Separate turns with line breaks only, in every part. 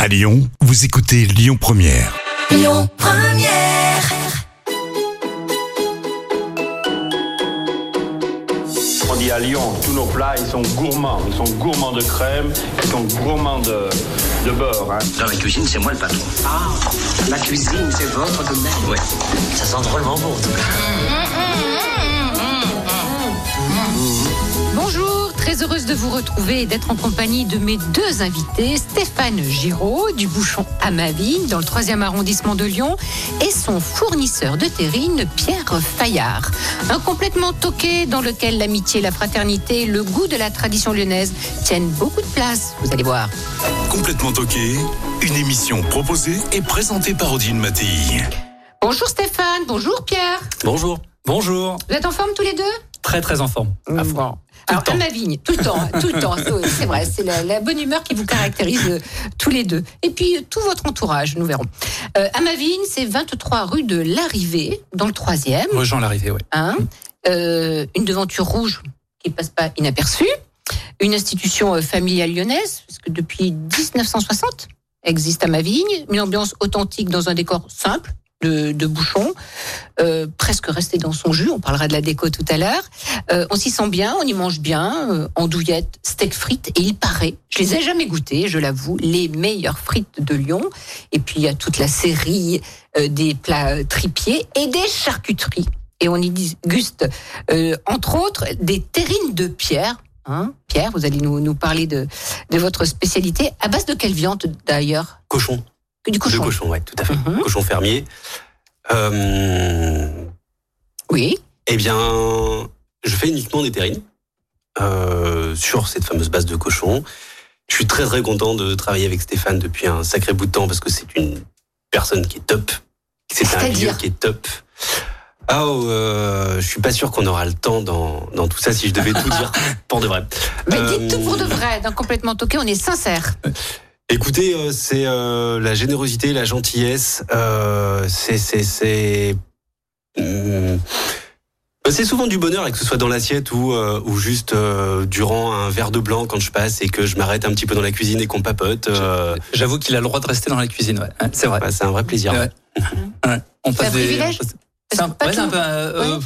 À Lyon, vous écoutez Lyon Première.
Lyon Première.
On dit à Lyon, tous nos plats, ils sont gourmands. Ils sont gourmands de crème, ils sont gourmands de, de beurre. hein.
Dans la cuisine, c'est moi le patron. Ah, la cuisine, c'est votre domaine. Ouais. Ça sent drôlement bon, en tout cas.
Bonjour, très heureuse de vous retrouver et d'être en compagnie de mes deux invités, Stéphane Giraud du Bouchon à Maville, dans le 3e arrondissement de Lyon, et son fournisseur de terrine, Pierre Fayard. Un complètement toqué dans lequel l'amitié, la fraternité, le goût de la tradition lyonnaise tiennent beaucoup de place, vous allez voir.
Complètement toqué, une émission proposée et présentée par Odile Mattei.
Bonjour Stéphane, bonjour Pierre.
Bonjour. Bonjour.
Vous êtes en forme tous les deux
Très très en forme. À froid. Tout le
Alors,
temps.
à ma vigne, tout le temps, hein, tout le temps, c'est- c'est vrai, c'est la, la bonne humeur qui vous caractérise euh, tous les deux. Et puis, euh, tout votre entourage, nous verrons. Euh, à ma vigne, c'est 23 rue de l'Arrivée, dans le 3e.
Rejoins l'arrivée, ouais.
hein. Euh, une devanture rouge qui passe pas inaperçue. Une institution euh, familiale lyonnaise, parce que depuis 1960, existe à ma vigne. Une ambiance authentique dans un décor simple de, de bouchons, euh, presque resté dans son jus. On parlera de la déco tout à l'heure. Euh, on s'y sent bien, on y mange bien, euh, andouillette, steak frites, et il paraît, je les ai jamais goûtées, je l'avoue, les meilleures frites de Lyon. Et puis il y a toute la série euh, des plats euh, tripiers et des charcuteries. Et on y disguste, euh, entre autres, des terrines de pierre. Hein pierre, vous allez nous, nous parler de, de votre spécialité. À base de quelle viande d'ailleurs
Cochon.
Que Du cochon.
De cochon, ouais, tout à fait.
Mhm.
Cochon fermier. Euh,
Oui.
eh bien, je fais uniquement des terrines euh, sur cette fameuse base de cochon. Je suis très très content de travailler avec Stéphane depuis un sacré bout de temps parce que c'est une personne qui est top. C'est un lieu
C'est-à-dire
qui est top. Ah, oh, euh, je suis pas sûr qu'on aura le temps dans, dans tout ça si je devais tout dire pour de vrai.
Mais
Euh,
dites tout pour de vrai, d'un complètement toqué, on est sincère.
Écoutez, euh, c'est euh, la générosité, la gentillesse, euh, c'est c'est c'est Hum, bah, c'est souvent du bonheur, et que ce soit dans l'assiette ou euh, ou juste euh, durant un verre de blanc quand je passe et que je m'arrête un petit peu dans la cuisine et qu'on papote. euh,
J'avoue qu'il a le droit de rester dans la cuisine, ouais. Hein, C'est vrai.
bah, c'est un vrai plaisir.
Ouais. Ouais. On
C'est un privilège
on passe-
Parce
C'est un,
que pas
ouais, c'est un
tout-
peu. euh,
ouais.
euh,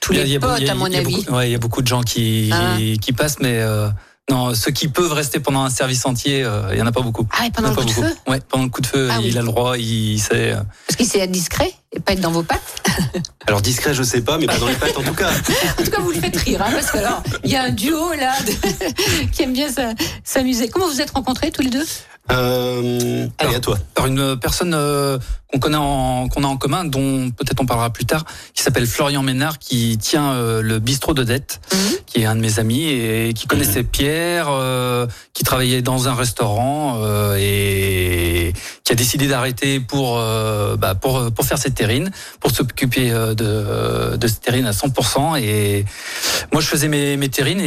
Tous
il y a-
les
il y a-
potes,
il y a-
à mon
il y a
avis.
beaucoup- ouais, il y a beaucoup de gens qui,
Ah.
qui passent, mais euh, non, ceux qui peuvent rester pendant un service entier, euh, il y en a pas beaucoup.
Ah, et pendant le
Il y en a
coup
pas
de
beaucoup.
feu
Ouais, pendant le coup de feu,
Ah oui.
il a le droit, il sait. euh,
Parce qu'il sait être discret et pas être dans vos pattes.
Alors discret, je sais pas, mais pas dans les pattes en tout cas.
En tout cas, vous le faites rire, hein, parce que alors, il y a un duo là de- qui aime bien s'a- s'amuser. Comment vous êtes rencontrés tous les deux
Euh, allez à toi.
par une personne euh, qu'on connaît en, qu'on a en commun, dont peut-être on parlera plus tard, qui s'appelle Florian Ménard, qui tient euh, le bistrot d'Odette,
Mhm.
qui est un de mes amis et qui connaissait Pierre, euh, qui travaillait dans un restaurant euh, et qui a décidé d'arrêter pour, euh, bah, pour pour faire cette terrine, pour s'occuper euh, de de cette terrine à 100%. Et moi, je faisais mes, mes terrines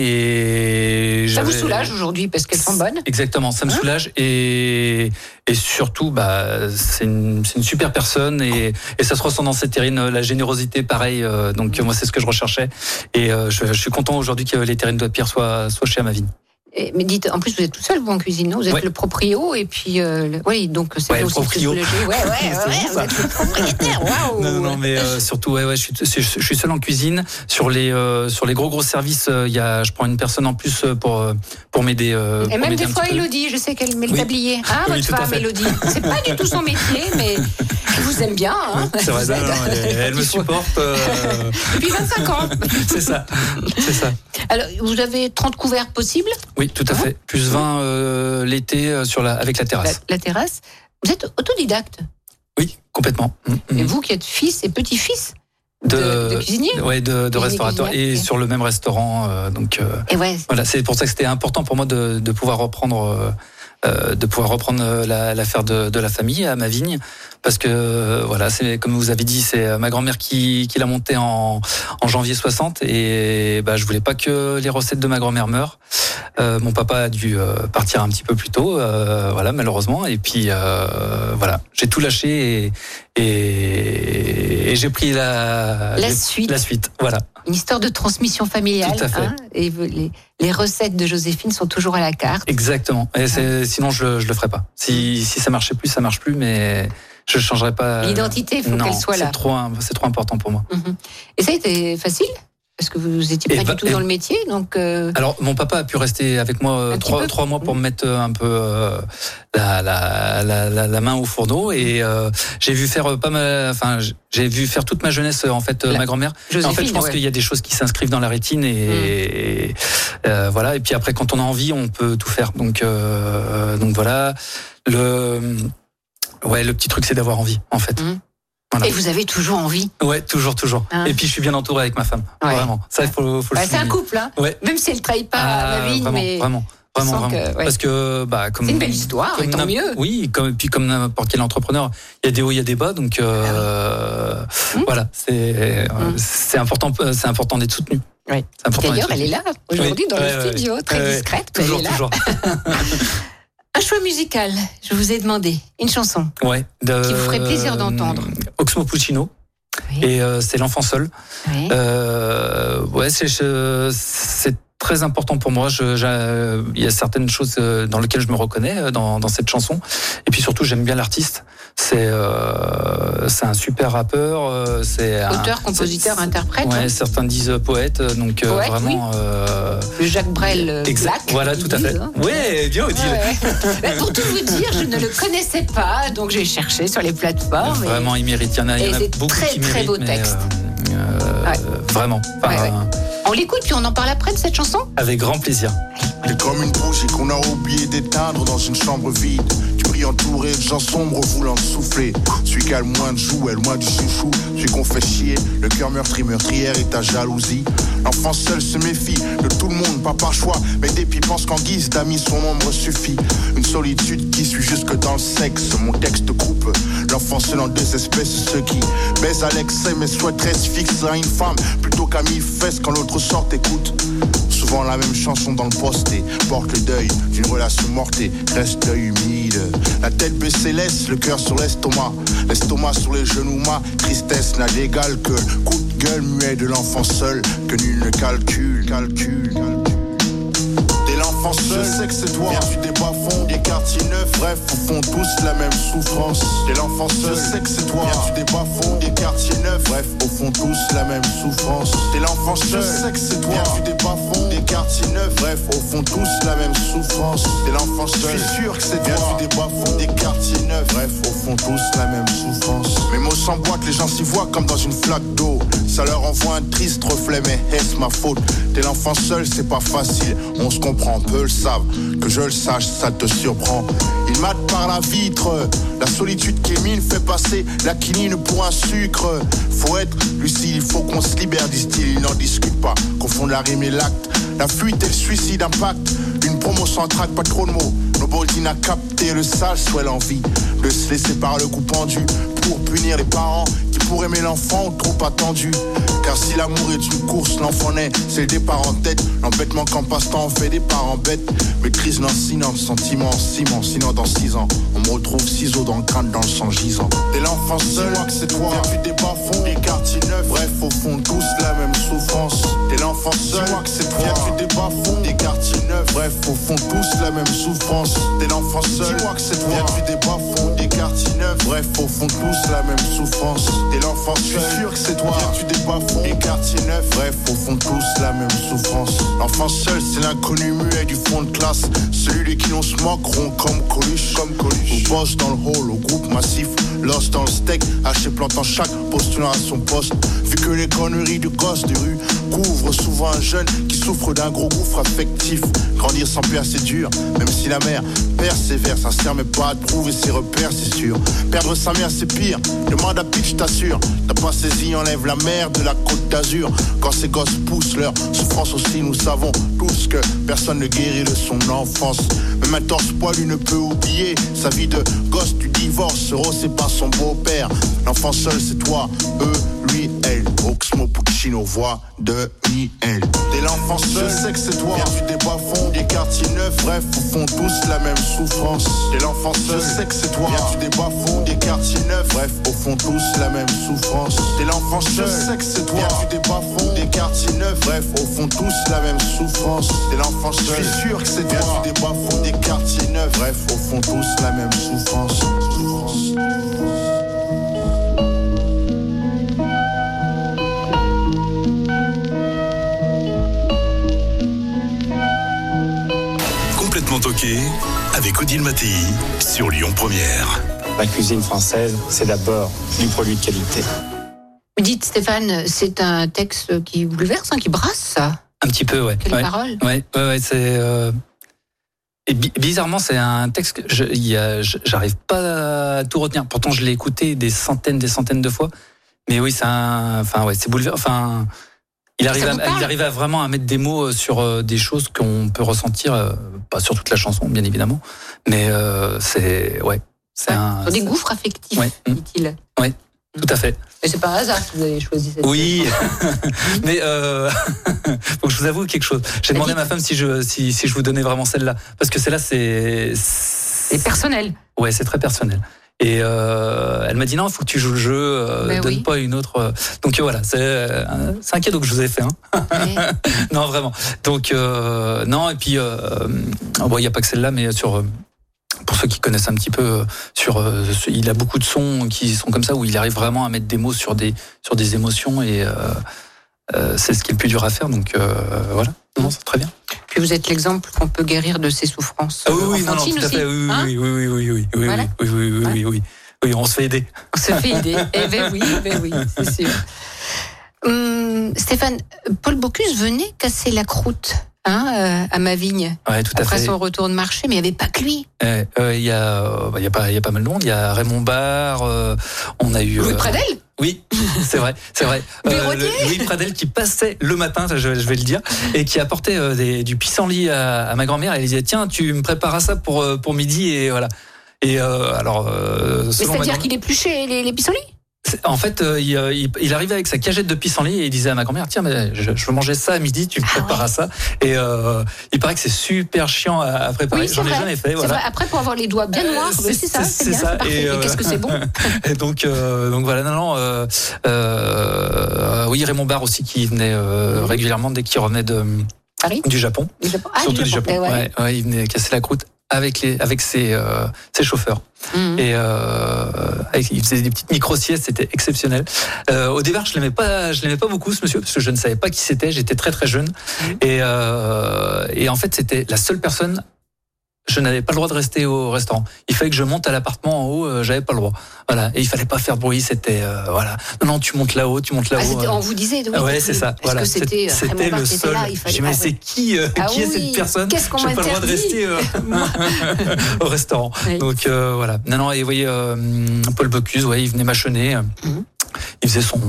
et
Ça vous
j'avais-
soulage aujourd'hui parce qu'elles sont bonnes
Exactement, ça me
Hein
soulage et, et surtout, bah, c'est une, c'est une super personne et, et ça se ressent dans cette terrine, euh, la générosité, pareil. euh, donc, euh, moi, c'est ce que je recherchais et euh, je, je suis content aujourd'hui que les terrines de pierre soient, soient chez Amavine.
Et- Mais dites, en plus, vous êtes tout seul, vous, en cuisine, non Vous êtes
Ouais.
le proprio, et puis... euh, le- Oui, donc c'est bien
Ouais, le
aussi de se
proprio.
soulager. Ouais, ouais, ouais,
bon,
vous
ça.
êtes le propriétaire, waouh
Non, non, non, mais euh, surtout, ouais, ouais, je suis, je suis seul en cuisine. Sur les, euh, sur les gros, gros services, euh, il y a, je prends une personne en plus euh, pour, euh, pour m'aider.
Et
euh, pour
même
m'aider
des
un
fois,
petit peu.
Elodie, je sais qu'elle met le
Oui.
tablier. Hein,
Oui,
votre
tout à
femme,
fait.
Elodie C'est pas du tout son métier, mais elle vous aime bien. Hein
C'est vrai,
Vous
non,
êtes-
non, elle, elle me
Il faut-
supporte. euh,
Depuis 25 ans.
c'est ça, c'est ça.
Alors, vous avez 30 couverts possibles,
Oui, tout à
Ah.
fait. Plus 20 euh, l'été euh, sur la, avec la
la,
terrasse.
la terrasse. Vous êtes autodidacte.
Oui, complètement. Mm, mm.
Et vous qui êtes fils et petit-fils de, de cuisinier.
ouais, de, de
Cuisinier,
restaurateur
cuisinier,
et
ok.
sur le même restaurant. euh, donc euh,
Et ouais,
voilà, c'est pour ça que c'était important pour moi de, de pouvoir reprendre. euh, euh, de pouvoir reprendre euh, la- l'affaire de, de la famille à ma vigne parce que euh, voilà c'est comme vous avez dit c'est euh, ma grand-mère qui, qui l'a montée en, en janvier 60 et bah je voulais pas que les recettes de ma grand-mère meurent Euh, mon papa a dû euh, partir un petit peu plus tôt, euh, voilà malheureusement. Et puis euh, voilà, j'ai tout lâché et, et, et j'ai pris
La
la, Ah, j'ai-
suite.
La suite, voilà.
une histoire de transmission familiale.
Tout à fait.
hein, et vous- les, les recettes de Joséphine sont toujours à la carte.
Exactement. Et c'est- sinon je, je le ferais pas. Si, si ça marchait plus, ça marche plus, mais je changerai pas.
L'identité, il faut
Euh, Non,
qu'elle soit là.
C'est trop, im- c'est trop important pour moi.
Mhm. Et ça a été facile Parce que vous
Eh
n'étiez pas
ben,
du tout
eh-
dans le métier, donc euh,
Alors, mon papa a pu rester avec moi euh,
Un petit
trois,
peu. Mm.
trois mois pour me mettre euh, un peu euh, la, la, la, la, la main au fourneau et euh, j'ai vu faire euh, pas mal. Enfin, j- j'ai vu faire toute ma jeunesse euh, en fait euh,
La-
ma grand-mère. Et En fait, je
Joséphine,
pense
ouais.
qu'il y a des choses qui s'inscrivent dans la rétine et,
Hmm.
euh, voilà. Et puis après, quand on a envie, on peut tout faire. Donc, euh, donc voilà. Le ouais, le petit truc, c'est d'avoir envie en fait.
Mhm.
Voilà.
Et vous avez toujours envie.
Ouais, toujours, toujours.
Hein.
Et puis, je suis bien entouré avec ma femme.
Hmm. Ouais.
Vraiment. Ça, il faut, faut le
Bah, c'est un
souligner.
couple, hein.
Ouais.
Même si elle ne trahit pas
Ah,
ma vie,
vraiment,
mais
vraiment,
on
vraiment,
sent que,
vraiment.
ouais.
Parce que bah comme
c'est une belle histoire, et
comme
tant
n'im-
mieux.
Oui, comme et puis comme n'importe quel entrepreneur, il y a des hauts, il y a des bas, donc euh,
Ah oui. Hmm.
voilà, c'est euh,
Mm.
c'est important, c'est important d'être soutenu.
Oui.
C'est important
D'ailleurs,
d'être
elle est
soutenu.
là, aujourd'hui,
Oui,
dans
ouais,
le
ouais,
studio, très
Ouais, ouais.
discrète, mais
Toujours,
elle est là.
toujours.
Un choix musical, je vous ai demandé une chanson.
Ouais. de- euh,
Qui vous ferait plaisir d'entendre.
Oxmo Puccino.
Oui.
Et euh, c'est l'enfant seul.
Oui.
Euh, ouais, c'est je- c'est très important pour moi. Je- j'a- Il y a certaines choses euh, dans lesquelles je me reconnais euh, dans, dans cette chanson. Et puis surtout, j'aime bien l'artiste. C'est euh, c'est un super rappeur. euh, C'est un-
Auteur, compositeur,
c'est-
interprète,
Ouais,
hein.
certains disent euh, poète. euh, Donc euh,
Poète,
vraiment. euh,
Le Jacques Brel euh,
exact.
Black,
Voilà,
ils
tout à
disent,
fait.
hein.
Ouais, bien Odile.
Ouais, ouais. Bah, pour tout vous dire, je ne le connaissais pas, donc j'ai cherché sur les plateformes. et-
Vraiment, il mérite. Il y en a, il y
Ah, Et
en a
c'est
beaucoup
très,
qui
très
méritent,
beau
mais,
texte.
euh, euh, Vraiment. Enfin,
Ouais, ouais. On l'écoute, puis on en parle après de cette chanson
Avec grand plaisir.
T'es comme une bougie qu'on a oublié d'éteindre dans une chambre vide. Tu pries entouré de gens sombres voulant souffler. Celui qui a le moins de jouets, le moins du chouchou. Celui qu'on fait chier, le cœur meurtri, meurtrière et ta jalousie. L'enfant seul se méfie de tout le monde, pas par choix. Mais dépit pense qu'en guise d'amis, son ombre suffit. Une solitude qui suit jusque dans le sexe. Mon texte coupe l'enfant seul en deux espèces. Ceux qui baisent à l'excès mais souhaiteraient se fixer à une femme plutôt qu'à mille fesses quand l'autre sort écoute. Souvent la même chanson dans le posté Porte le deuil d'une relation morte et reste l'œil humide La tête baissée laisse le cœur sur l'estomac L'estomac sur les genoux ma Tristesse n'a d'égal que le coup de gueule muet de l'enfant seul Que nul ne calcule, calcule, calcule Dès l'enfance, je sais que c'est toi. Viens du débat fond, des quartiers neufs, bref, au fond tous la même souffrance. Dès l'enfance, je sais que c'est toi. Viens du débat fond, des quartiers neufs, bref, au fond tous la même souffrance. Dès l'enfance, je sais que c'est toi. Viens du débat fond, des quartiers neufs, bref, au fond tous la même souffrance. Dès l'enfance, je suis sûr que c'est toi. Viens du débat fond, des quartiers neufs, bref, au fond tous la même souffrance. Mes mots s'emboîtent, les gens s'y voient comme dans une flaque d'eau. Ça leur envoie un triste reflet, mais est-ce ma faute T'es l'enfant seul, c'est pas facile. On se comprend, peu le savent. Que je le sache, ça te surprend. Il mate par la vitre. La solitude qu'émile fait passer la quinine pour un sucre. Faut être lucide, il faut qu'on se libère, disent-ils. Ils n'en discutent pas. Confondent la rime et l'acte. La fuite et le suicide impact. Une promo sans trac, pas trop de mots. Noboldine a capté le sale soit l'envie de se laisser par le coup pendu pour punir les parents qui pour aimer l'enfant ont trop attendu. Car si l'amour est une course, l'enfant naît, c'est le départ en tête. L'embêtement qu'en passe-temps on fait des parents bêtes. Maîtrise lancinant, le sentiment ciment, sinon dans six ans, on me retrouve ciseaux dans le crâne, dans le sang gisant. Dès l'enfant seul, que c'est toi. Perdu des bas fonds, des quartiers neufs, bref, au fond, tous la même souffrance. Dès l'enfant seul, que c'est toi. Perdu des bas fonds, des quartiers neufs, bref, au fond, tous la même souffrance. Dès l'enfant seul, dis-moi que c'est toi. Perdu des bas fonds, des quartiers neufs, bref, au fond, tous la même souffrance. Dès l'enfant seul, je suis sûr que c'est toi. Perdu des bas fonds, des quartiers neufs, bref, au fond, tous la même souffrance. L'enfant seul, c'est l'inconnu muet du fond de classe. Celui de qui l'on se moqueront comme Coluche, comme Coluche. Ou boss dans le hall, au groupe massif. Lost dans le steak, haché plantant chaque postulant à son poste. Vu que les conneries du gosse des rues couvrent souvent un jeune qui souffre d'un gros gouffre affectif. Grandir sans père, c'est dur, même si la mère persévère, ça sert mais pas à trouver ses repères, c'est sûr. Perdre sa mère, c'est pire. Demande à Pitch, t'assure. T'as pas saisi, enlève la mer de la côte d'Azur. Quand ces gosses poussent leur souffrance aussi, nous savons tous que personne ne guérit de son enfance. Même un torse poilu ne peut oublier sa vie de gosse du divorce. Rose, c'est pas son beau-père. L'enfant seul, c'est toi, eux, lui, elle. Oxmo Puccino, voix de Miel. Dès l'enfance, je sais que c'est toi. Viens du débat fond, des quartiers neufs, bref, au fond tous la même souffrance. Dès l'enfance, je sais que c'est toi. Viens du débat fond, des quartiers neufs, bref, au fond tous la même souffrance. Dès l'enfance, je sais que c'est toi. Viens du débat fond, des quartiers neufs, bref, au fond tous la même souffrance. Dès l'enfance, je suis sûr que c'est toi. Viens du débat fond, des quartiers neufs, bref, au fond tous la même souffrance. souffrance.
Complètement toqué avec Odile Mattei sur Lyon Première.
La cuisine française, c'est d'abord du produit de qualité.
Vous dites, Stéphane, c'est un texte qui bouleverse, hein, qui brasse, ça.
Un petit peu, ouais.
Quelle
Ouais.
parole
Ouais, ouais, ouais, c'est. euh, Et bi- bizarrement, c'est un texte que je- il y a- je- j'arrive pas à tout retenir. Pourtant, je l'ai écouté des centaines, des centaines de fois. Mais oui, c'est un. Enfin, ouais, c'est bouleversant. Enfin, il arrive,
Ça
à,
vous parle
il arrive à vraiment à mettre des mots euh, sur euh, des choses qu'on peut ressentir, euh, pas sur toute la chanson, bien évidemment. Mais euh, c'est. Ouais. C'est un.
Sur des gouffres affectifs,
Ouais. Mm.
dit-il.
Tout à fait.
Mais c'est pas un hasard si vous avez choisi cette
Oui, mais euh, faut que je vous avoue quelque chose. J'ai demandé à ma femme si je si, si je vous donnais vraiment celle-là parce que celle-là c'est
C'est personnel.
ouais c'est très personnel. Et euh, elle m'a dit non, faut que tu joues le jeu, euh,
Ben
donne
oui.
pas une autre. euh. Donc euh, voilà, c'est euh, c'est un cadeau que je vous ai fait. hein.
Ouais.
Non vraiment. Donc euh, non et puis euh, oh, bon il y a pas que celle-là, mais sur euh, pour ceux qui connaissent un petit peu euh, sur euh, ce- il a beaucoup de sons qui sont comme ça où il arrive vraiment à mettre des mots sur des sur des émotions et euh, euh, c'est ce qui est le plus dur à faire donc euh, voilà non c'est très bien
Puis vous êtes l'exemple qu'on peut guérir de ses souffrances. enfantines aussi,
Ah oui
hein
oui oui oui oui oui
Voilà.
oui oui oui oui oui oui on se fait aider
On se fait aider. Eh ben oui, eh ben oui, c'est sûr. Hum, Stéphane, Paul Bocuse venait casser la croûte hein, euh, à ma vigne
ouais tout à
après
fait
son retour de marché, mais il n'y avait pas que lui.
Eh, euh, il y a euh, bah, il y a pas il y a pas mal de monde il y a Raymond Barre euh, on a eu
Louis
euh,
Pradel
Oui, c'est vrai, c'est vrai. Euh,
Véronier
le- Louis Pradel qui passait le matin, ça, je, je vais le dire, et qui apportait euh, des- du pissenlit à, à ma grand-mère. Elle disait tiens, tu me préparas ça pour euh, pour midi et voilà. Et euh, alors, euh,
Mais
selon ma
c'est-à-dire
grand-mère-
qu'il épluchait les, les pissenlits
c'est- en fait, euh, il, euh, il- il arrivait avec sa cagette de pissenlit et il disait à ma grand-mère tiens, mais je, je veux manger ça à midi, tu me
Ah
préparas ça. Et euh, il paraît que c'est super chiant à, à préparer.
Oui, c'est
J'en ai
vrai.
jamais fait.
C'est
Voilà.
vrai, Après, pour avoir les doigts bien
Euh,
noirs,
c'est-
mais c'est ça,
c'est-
c'est bien,
c'est ça.
c'est parfait.
Et,
Et,
euh,
qu'est-ce que c'est bon
Et donc, euh, donc voilà, non, non. Euh, euh, oui, Raymond Barre aussi qui venait euh, régulièrement dès qu'il revenait de,
Paris
du Japon,
Du Japon. Ah,
surtout Ah du Japon.
eh ouais.
Ouais, ouais, il venait casser la croûte avec les, avec ses, euh, ses chauffeurs.
Mhm.
Et euh, avec- il faisait des petites micro siestes, c'était exceptionnel. Euh, au départ, je l'aimais pas, je l'aimais pas beaucoup ce monsieur parce que je ne savais pas qui c'était. J'étais très très jeune
Mm-hmm.
et euh, et en fait c'était la seule personne. Je n'avais pas le droit de rester au restaurant. Il fallait que je monte à l'appartement en haut. euh, J'avais pas le droit. Voilà. Et il fallait pas faire bruit. C'était euh, voilà. Non non, tu montes là-haut, tu montes
Ah,
là-haut.
c'était-
euh.
on vous disait. Oui,
Ah ouais,
oui.
c'est ça.
Parce
voilà.
que c'était
C'était-
euh,
c'était
Raymond
le
Barre qui était
seul.
là, il fallait.
J'ai dit, mais
ah ouais.
c'est qui, euh,
Ah
qui est
oui,
cette personne
qu'est-ce qu'on
J'ai pas le droit de
m'interdit
rester euh, au restaurant.
Oui.
Donc euh, voilà. Non, non, et vous voyez, euh, Paul Bocuse, ouais, il venait mâchonner. euh,
Mhm.
Il faisait son,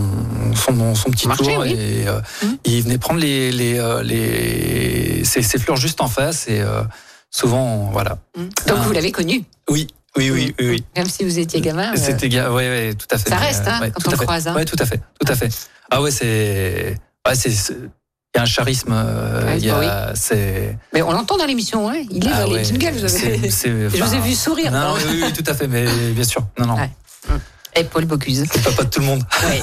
son, son petit
Marché,
tour
oui.
et euh,
Mhm.
il venait prendre les, les, euh, les, ses, ses fleurs juste en face et euh, souvent, voilà.
Hum. Donc
Ah.
vous l'avez connu.
Oui, oui, oui, oui. oui.
Même si vous étiez gamin. euh,
C'était ga- ouais, ouais, tout à fait.
ça
Mais,
reste, hein,
ouais,
quand
tout
on
à
le
fait.
croise, hein.
Ouais, tout à fait, tout à fait. Ah ouais, c'est, ouais, c'est, c'est- il y a un charisme, euh,
Ouais,
il y a, c'est.
Mais on l'entend dans l'émission, ouais. bah il est
ah
dans
ouais,
les jingles. vous avez-
c'est- c'est-
Je vous ai
enfin,
vu sourire.
Non,
hein.
oui, oui, oui, tout à fait, mais bien sûr. Non, non,
Ouais. Et Paul Bocuse.
c'est pas, pas de tout le monde.
Ouais.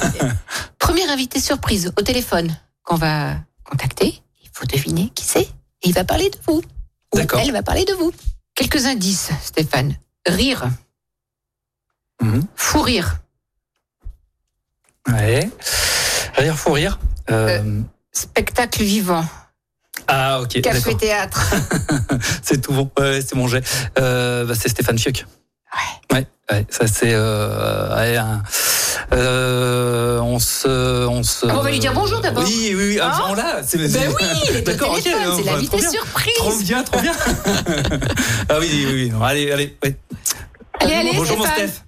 Premier invité surprise au téléphone qu'on va contacter. Il faut deviner qui c'est. Et il va parler de vous. Ou
D'accord.
Elle va parler de vous. Quelques indices, Stéphane. Rire.
Mhm.
Fou rire.
Ouais. Rire, faut rire. Euh,
Spectacle vivant.
ah, ok,
Café
d'accord.
théâtre.
C'est tout bon. Ouais, c'est mon jet. Euh, bah, c'est Stéphane Fiuc. Ouais. Ouais, ça c'est. Euh, ouais, un- euh, on se, on se.
Ah, on va lui dire bonjour d'abord.
Oui, oui, oui.
Ah.
on l'a. c'est-
Ben
c'est-
oui, il est au
D'accord, ok,
téléphone,
euh,
c'est
bah, trop
l'invité
bien. Trop
surprise.
bien, trop bien. ah oui, oui, oui. Allez, allez. ouais.
Allez, allez,
bonjour mon
Stéphane.
Steph.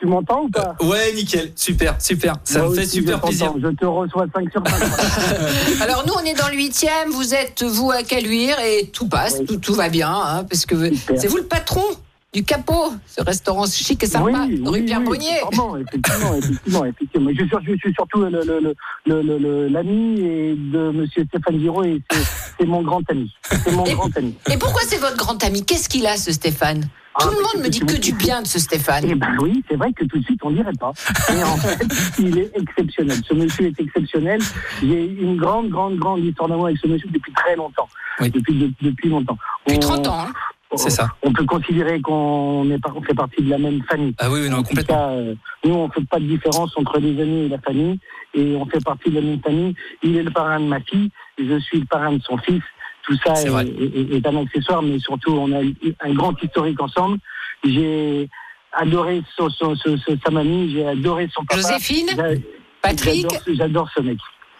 Tu m'entends ou pas
Ouais, nickel, super, super. Ça
Moi
me fait
aussi,
super
je t'entends.
Euh,
plaisir.
Je te reçois 5 sur 5.
Alors nous, on est dans le huitième, vous êtes vous à Caluire et tout passe,
Oui.
tout, tout va bien, hein, parce que
Super.
c'est vous le patron du capot, ce restaurant chic et sympa,
oui,
rue
oui,
Pierre
oui,
Brunier.
sûrement, effectivement, effectivement, effectivement. Mais je, suis- je suis surtout l'ami le, le, le, le- le- l'ami et de Monsieur Stéphane Giraud et c'est c'est mon grand ami. C'est mon
Et-
grand ami.
Et pourquoi c'est votre grand ami Qu'est-ce qu'il a, ce Stéphane
Ah,
Tout le
mais
monde me dit que
effectivement.
du bien de ce Stéphane.
Eh ben oui, c'est vrai que tout de suite on dirait pas. Mais en fait, il est exceptionnel. Ce monsieur est exceptionnel. J'ai une grande, grande, grande histoire d'amour avec ce monsieur depuis très longtemps.
Oui.
Depuis de- depuis longtemps.
Depuis
On-
30 ans. hein.
C'est ça.
On peut considérer qu'on est par- on fait partie de la même famille.
Ah oui, oui, non,
En tout
complètement.
cas, euh, nous, on ne fait pas de différence entre les amis et la famille, et on fait partie de la même famille. Il est le parrain de ma fille, je suis le parrain de son fils. Tout ça
C'est
est,
vrai.
est- est un accessoire, mais surtout, on a eu un grand historique ensemble. J'ai adoré son- son- son- son- sa mamie, j'ai adoré son papa.
Joséphine,
J'a-
Patrick.
j'adore ce- J'adore ce mec.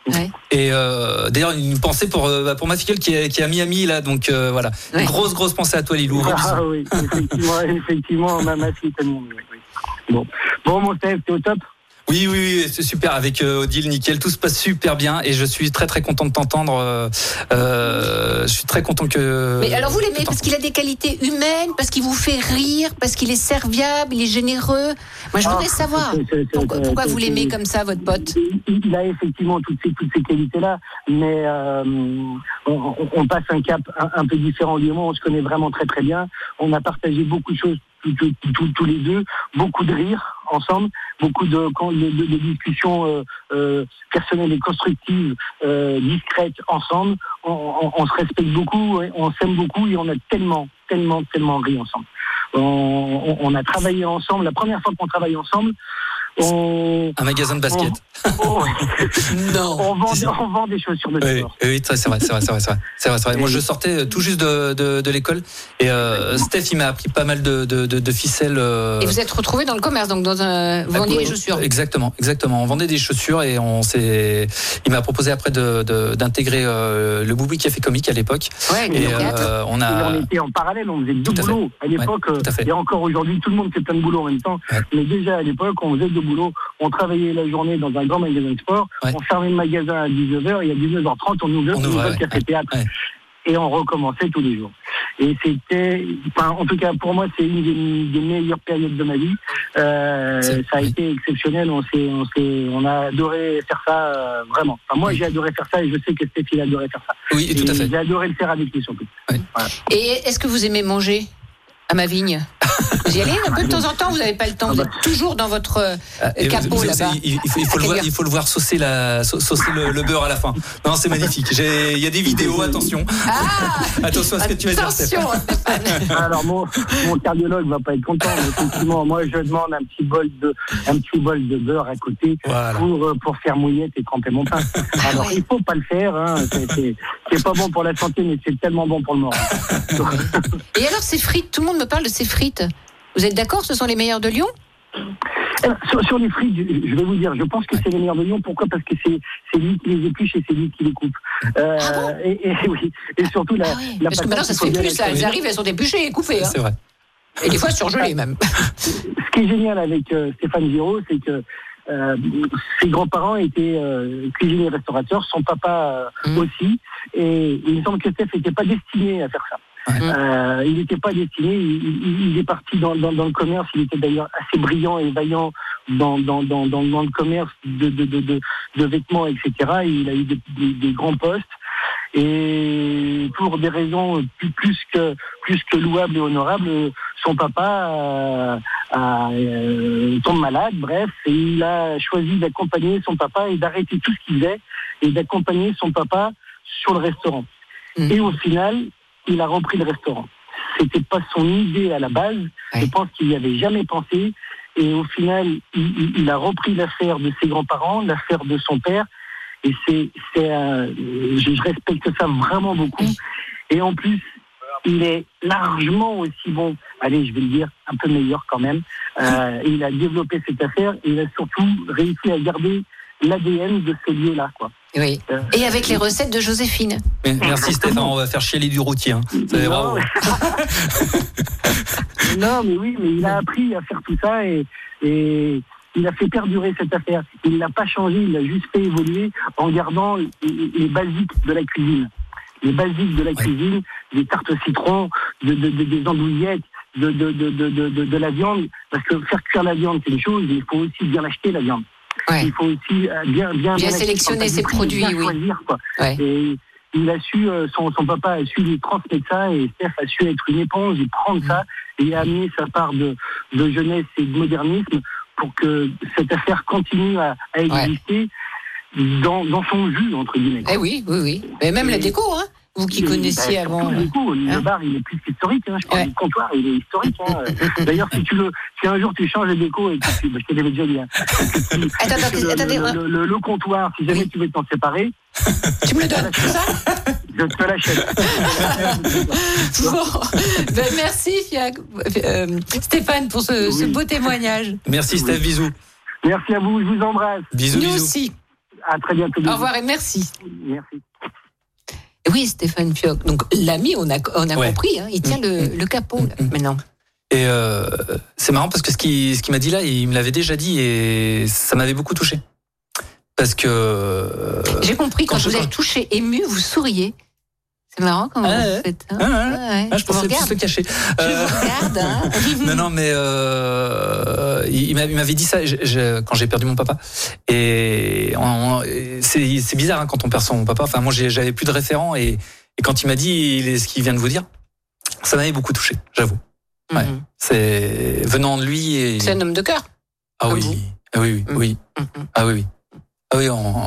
Ouais.
bah,
Et euh, d'ailleurs, une pensée pour, euh, bah, pour ma filleule qui est, qui est à Miami, là. Donc euh, voilà.
Ouais.
Grosse, grosse pensée à toi, Lilou.
Ah oui, effectivement, effectivement, ma, ma fille, tellement. oui, oui. Bon. bon, mon Steph, t'es au top
Oui, oui, oui, c'est super. Avec euh, Odile, nickel. Tout se passe super bien. Et je suis très, très content de t'entendre. euh, euh, je suis très content que.
Mais alors vous l'aimez
que
parce qu'il a des qualités humaines, parce qu'il vous fait rire, parce qu'il est serviable, il est généreux. Moi, je voudrais
Ah,
savoir
c'est- c'est- c'est-
pourquoi,
c'est-
pourquoi
c'est-
vous l'aimez
c'est-
comme ça, votre pote.
Il il a effectivement toutes ces, toutes ces qualités-là, mais euh, on, on- on passe un cap un, un peu différent du moment. On se connaît vraiment très très bien. On a partagé beaucoup de choses tous- tous- tous- tous les deux, beaucoup de rires ensemble, beaucoup de, quand- de- de- de discussions euh, euh, personnelles et constructives, euh, discrètes ensemble. On, on- on se respecte beaucoup, ouais, on s'aime beaucoup et on a tellement, tellement, tellement ri ensemble. On, on- on a travaillé ensemble. La première fois qu'on travaille ensemble, on,
Un magasin de basket.
Oh,
Non.
on, vend,
Si, si.
on vend des chaussures de
Ah, Oui,
sport.
oui, ça, Oh, c'est vrai, c'est vrai, c'est vrai, c'est vrai. C'est vrai, c'est vrai. Moi, je sortais tout juste de, de, de l'école et euh, Steph, il m'a appris pas mal de, de, de, de ficelles. euh,
Et vous êtes retrouvé dans le commerce, donc dans un, vous
à
vendez
Cour-
des chaussures.
Exactement, exactement. On vendait des chaussures et on s'est. Il m'a proposé après de- de- d'intégrer euh, le Boubi Café Comique à l'époque.
Ouais,
Et
le théâtre.
euh, on
Et
a.
on était en parallèle, on faisait deux
Tout à fait.
boulots. À l'époque,
tout à fait.
euh, et encore aujourd'hui, tout le monde fait plein de boulots en même temps.
Ouais.
Mais déjà à l'époque, on faisait deux boulots. On travaillait la journée dans un grand magasin de sport.
Ouais.
On fermait le magasin à 19h et à 19h30, on ouvrait
On ouvrait,
une nouvelle
ouais,
café théâtre.
ouais.
Et on recommençait tous les jours. Et c'était, enfin, en tout cas pour moi, c'est une des, des meilleures périodes de ma vie. Euh,
C'est-
ça a
oui.
été exceptionnel. On s'est, on s'est, on a adoré faire ça euh, vraiment. Enfin, moi,
Oui.
j'ai adoré faire ça et je sais que Stéphie a adoré faire ça.
Oui, tout à
Et
fait.
J'ai adoré le faire avec lui surtout.
Et est-ce que vous aimez manger à ma vigne Vous y allez un peu de temps en temps, vous n'avez pas le temps, vous êtes toujours dans votre euh,
Ah bah. Et vous-
capot
vous-
là-bas.
il, il faut, il faut
À
le
quelle
voir,
heure
il faut le voir saucer, la, sau- saucer le, le beurre à la fin. Non, c'est magnifique. J'ai- Il y a des vidéos, attention.
Ah
Attention à ce que tu vas dire, Steph.
Attention, Stéphane.
Ah, Alors mon, mon cardiologue va pas être content, mais effectivement, moi je demande un petit bol de un petit bol de beurre à côté
Voilà.
pour euh, pour faire mouillette et tremper mon pain. Alors il faut pas le faire, hein. c'est c'est- c'est pas bon pour la santé, mais c'est tellement bon pour le moral. Donc,
Et alors ces frites, tout le monde me parle de ces frites. Vous êtes d'accord, ce sont les meilleurs de Lyon
alors, sur, sur les frites, je, je vais vous dire, je pense que c'est les meilleurs de Lyon. Pourquoi Parce que c'est c'est lui qui les épluche et c'est lui qui les coupe. Euh,
Ah bon
et, et oui, et surtout la,
Ah oui,
la
Parce que
patate,
maintenant, ça
il
se
faut
fait
bien
plus,
la
ça. Elles
cuire.
arrivent, elles sont dépluchées et coupées. hein.
C'est vrai.
Et des fois surgelées même.
ce qui est génial avec euh, Stéphane Giraud, c'est que euh, ses grands-parents étaient euh, cuisiniers restaurateurs, son papa euh,
Mm.
aussi, et il me semble que Steph n'était pas destiné à faire ça.
Ouais.
Euh, il n'était pas destiné, il, il- il est parti dans, dans- dans le commerce, il était d'ailleurs assez brillant et vaillant dans, dans, dans, dans- dans le commerce de, de, de, de, de vêtements, etc. Et il a eu des, des- des grands postes. Et pour des raisons plus, plus que plus que louables et honorables, son papa euh, a, euh, tombe malade, bref, et il a choisi d'accompagner son papa et d'arrêter tout ce qu'il faisait et d'accompagner son papa sur le restaurant.
Mhm.
Et au final, il a repris le restaurant. C'était pas son idée à la base. Je
Ouais.
pense qu'il n'y avait jamais pensé. Et au final, il, il- il a repris l'affaire de ses grands-parents, l'affaire de son père. Et c'est, c'est, un- je je respecte ça vraiment beaucoup. Et en plus, il est largement aussi bon, allez, je vais le dire, un peu meilleur quand même. Euh, il a développé cette affaire et il a surtout réussi à garder l'ADN de ce lieu-là. Quoi.
Oui.
Euh.
Et avec les recettes de Joséphine.
Mais Merci, Steph. On va faire chier les du routier. hein. C'est bravo.
non, mais oui, mais il a appris à faire tout ça et, et il a fait perdurer cette affaire. Il l'a pas changé, il l'a juste fait évoluer en gardant les, les basiques de la cuisine. Les basiques de la cuisine, des tartes au citron, de- de- de- des andouillettes,
de, de, de, de, de, de- de la viande, parce que faire cuire la viande, c'est une chose, mais il faut aussi bien l'acheter, la viande.
Ouais.
Il faut aussi euh, bien, bien, l'acheter,
sélectionner
quand t'as
ses
du prix,
produits,
bien
oui.
choisir, quoi.
Ouais.
Et il a su, euh, son, son papa a su lui transmettre ça et Steph a su être une éponge et prendre ça et amener sa part de, de jeunesse et de modernisme pour que cette affaire continue à, à exister dans, dans son jus, entre guillemets.
Eh oui, oui, oui. Mais même la déco, hein. Vous qui
Et,
connaissiez
bah, surtout,
avant.
Du coup, le
hein.
bar, il est plus historique. Hein. Je parle
Ouais.
du comptoir, il est historique. Hein. D'ailleurs, si tu veux, si un jour tu changes les décos et que tu, bah, je te l'avais déjà dit, hein.
Attends,
Parce que
attends,
le,
attendez.
le-
hein.
le- le- le comptoir, si jamais tu veux t'en séparer,
Tu me le donnes, c'est ça
je te l'achète.
Bon. Ben, merci, Fiac- euh, Stéphane, pour ce, ce
Oui.
beau témoignage.
Merci Steph, bisous.
Merci à vous, je vous embrasse.
Bisous,
Nous
bisous.
aussi.
À très bientôt.
Au revoir et merci.
Merci.
Oui, Stéphane Fioc. Donc, l'ami, on a, on a
Ouais. Mm.
compris, hein, il tient le, le capot, là, maintenant.
Et euh, c'est marrant parce que ce qu'il ce qu'il m'a dit là, il me l'avait déjà dit et ça m'avait beaucoup touché. Parce que. euh,
J'ai compris, quand,
quand je-
vous
quand
êtes touché, ému, vous souriez. C'est marrant comment
Ah
vous
ouais.
faites. hein.
Ah ouais.
Ouais, ouais.
ah, je
vous
pensais plus
regarde.
le cacher.
Je
Euh,
vous regarde. hein.
non, non, mais euh, il il m'a- il m'avait dit ça je- je- quand j'ai perdu mon papa. Et on- on- c'est c'est bizarre hein, quand on perd son papa. Enfin, moi, j'ai- j'avais plus de référent et, et quand il m'a dit il est- ce qu'il vient de vous dire, ça m'avait beaucoup touché, j'avoue. Ouais.
Mhm.
C'est venant de lui et.
C'est un homme de cœur.
Ah
comme
oui,
vous.
ah oui, oui, oui.
Mhm.
Ah oui, oui. Ah oui, on-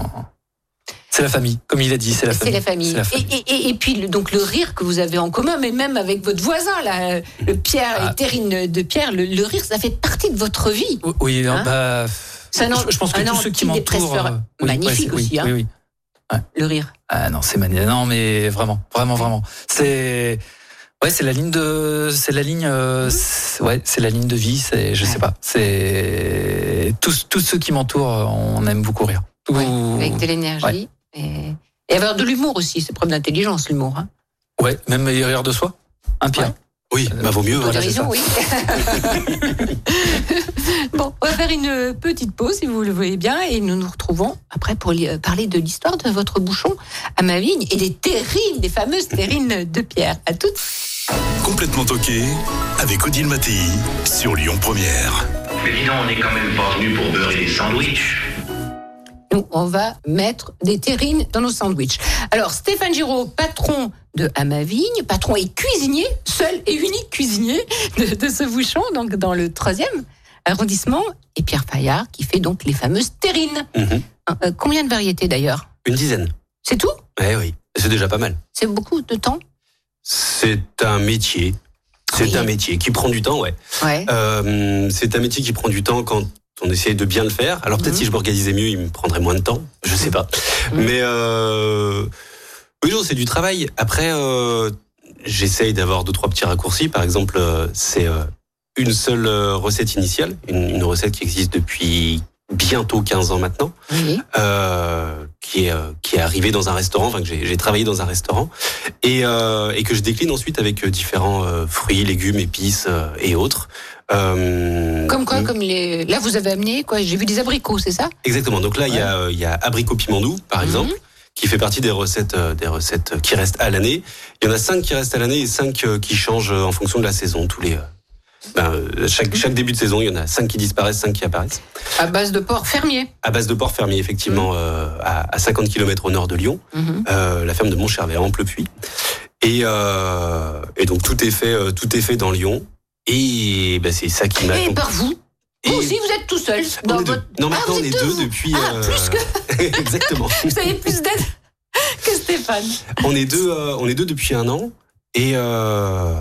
c'est la famille, comme il a dit, c'est la
C'est
famille.
la famille.
C'est la
Et,
famille.
et- et- et puis le, donc le rire que vous avez en commun, mais même avec votre voisin, là, euh, le Pierre,
Ah.
et Terrine de Pierre, le, le rire, ça fait partie de votre vie.
Oui, Oui,
Hein
bah,
C'est un an-
je, je pense que
un
tous ceux qui m'entourent. euh,
antidépresseur
oui,
magnifique
ouais, c'est- oui,
aussi, hein.
Oui, oui.
Le rire.
Ah non, c'est magnifique. Non, mais vraiment, vraiment, vraiment. C'est ouais, c'est la ligne de, c'est la ligne, euh, c'est- ouais, c'est la ligne de vie. C'est, je sais
Ouais.
pas. C'est tous, tous ceux qui m'entourent, euh, on aime beaucoup rire. Tout-
Ouais,
Mmh.
avec de l'énergie. Et, et avoir de l'humour aussi, c'est preuve d'intelligence, l'humour. Hein.
ouais, même rire de soi. Un pire.
Oui, bah vaut mieux.
Pour
voilà,
des
c'est ça.
raisons, oui. bon, on va faire une petite pause, si vous le voulez bien, et nous nous retrouvons après pour li- euh, parler de l'histoire de votre bouchon à ma vigne et des terrines, des fameuses terrines de Pierre. À toutes.
Complètement toqué avec Odile Mattei sur Lyon Première.
Mais dis donc, on n'est quand même pas venu pour beurrer des sandwichs.
Nous, on va mettre des terrines dans nos sandwichs. Alors, Stéphane Giraud, patron de À ma vigne, patron et cuisinier, seul et unique cuisinier de, de ce bouchon, donc dans le troisième arrondissement, et Pierre Paillard, qui fait donc les fameuses terrines.
Mhm.
Hein, euh, combien de variétés d'ailleurs
Une dizaine.
C'est tout
Eh oui, c'est déjà pas mal.
C'est beaucoup de temps
C'est un métier. C'est
Oui.
un métier qui prend du temps, ouais.
Ouais.
Euh, c'est un métier qui prend du temps quand on essaye de bien le faire. Alors peut-être
Mhm.
si je m'organisais mieux, il me prendrait moins de temps. Je sais pas.
Mhm.
Mais euh, oui, non, c'est du travail. Après, euh, j'essaye d'avoir deux trois petits raccourcis. Par exemple, euh, c'est euh, une seule euh, recette initiale, une, une recette qui existe depuis bientôt 15 ans maintenant,
Oui.
euh, qui est euh, qui est arrivée dans un restaurant, enfin que j'ai j'ai travaillé dans un restaurant et, euh, et que je décline ensuite avec euh, différents euh, fruits, légumes, épices euh, et autres. Euh,
Comme quoi,
mm,
comme les. Là, vous avez amené quoi J'ai vu des abricots, c'est ça
Exactement. Donc là, il y a euh, il y a abricot piment doux, par
Mhm.
exemple, qui fait partie des recettes euh, des recettes qui restent à l'année. Il y en a cinq qui restent à l'année et cinq euh, qui changent euh, en fonction de la saison. Tous les euh, ben, euh, chaque chaque début de saison, il y en a cinq qui disparaissent, cinq qui apparaissent.
À base de porc fermier.
À base de port fermier, effectivement, euh, à, à 50 km au nord de Lyon.
Mhm.
euh, la ferme de Montchervet, Amplepuis. Et, euh, et donc tout est fait, euh, tout est fait dans Lyon. Et ben, c'est ça qui m'a.
Et par vous
Et-
Vous aussi, vous êtes tout seul
on
dans
est deux.
votre.
Non,
Ah,
maintenant
vous
on
êtes
est
deux,
deux,
vous
depuis.
Ah, plus
que. Exactement.
Vous avez plus d'aide que Stéphane.
On est deux, euh, on est deux depuis un an. Et euh,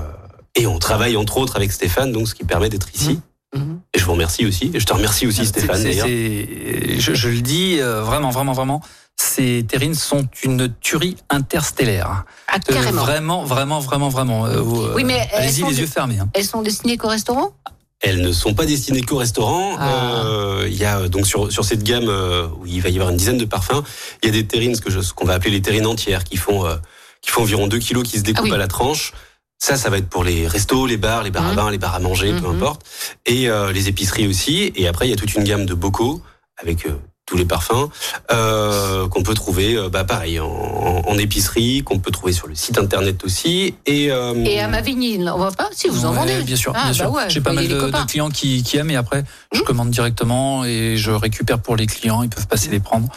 et on travaille entre autres avec Stéphane, donc ce qui permet d'être ici.
Mhm.
Et je vous remercie aussi. Et je te remercie
Ah,
aussi, Stéphane.
C'est-
D'ailleurs.
c'est- Je, je le dis euh, vraiment, vraiment, vraiment. Ces terrines sont une tuerie interstellaire.
Ah,
Euh,
carrément.
vraiment, vraiment, vraiment, vraiment. euh, vous, euh,
Oui, mais elles
allez-y
sont
les
de-
yeux fermés. hein.
Elles sont destinées qu'au restaurant
Elles ne sont pas destinées qu'au restaurant.
Ah.
Euh, Il y a euh, donc sur, sur cette gamme euh, où il va y avoir une dizaine de parfums, il y a des terrines, ce que je- ce qu'on va appeler les terrines entières, qui font euh, qui font environ 2 kilos, qui se découpent
Ah oui.
à la tranche. Ça, ça va être pour les restos, les bars, les bars à
Mhm.
vin, les bars à manger, peu
Mhm.
importe, et euh, les épiceries aussi. Et après, il y a toute une gamme de bocaux avec euh, tous les parfums euh, qu'on peut trouver, euh, bah, pareil, en, en épicerie, qu'on peut trouver sur le site internet aussi. Et, euh,
Et à ma vigne, on va pas Si vous en
Ouais,
vendez.
Bien sûr,
Ah,
bien
bah
sûr.
ouais,
J'ai pas mal
voyez
de,
les
de
copains. Mmh.
clients qui, qui aiment et après je commande directement et je récupère pour les clients. Ils peuvent
Mmh.
passer les prendre.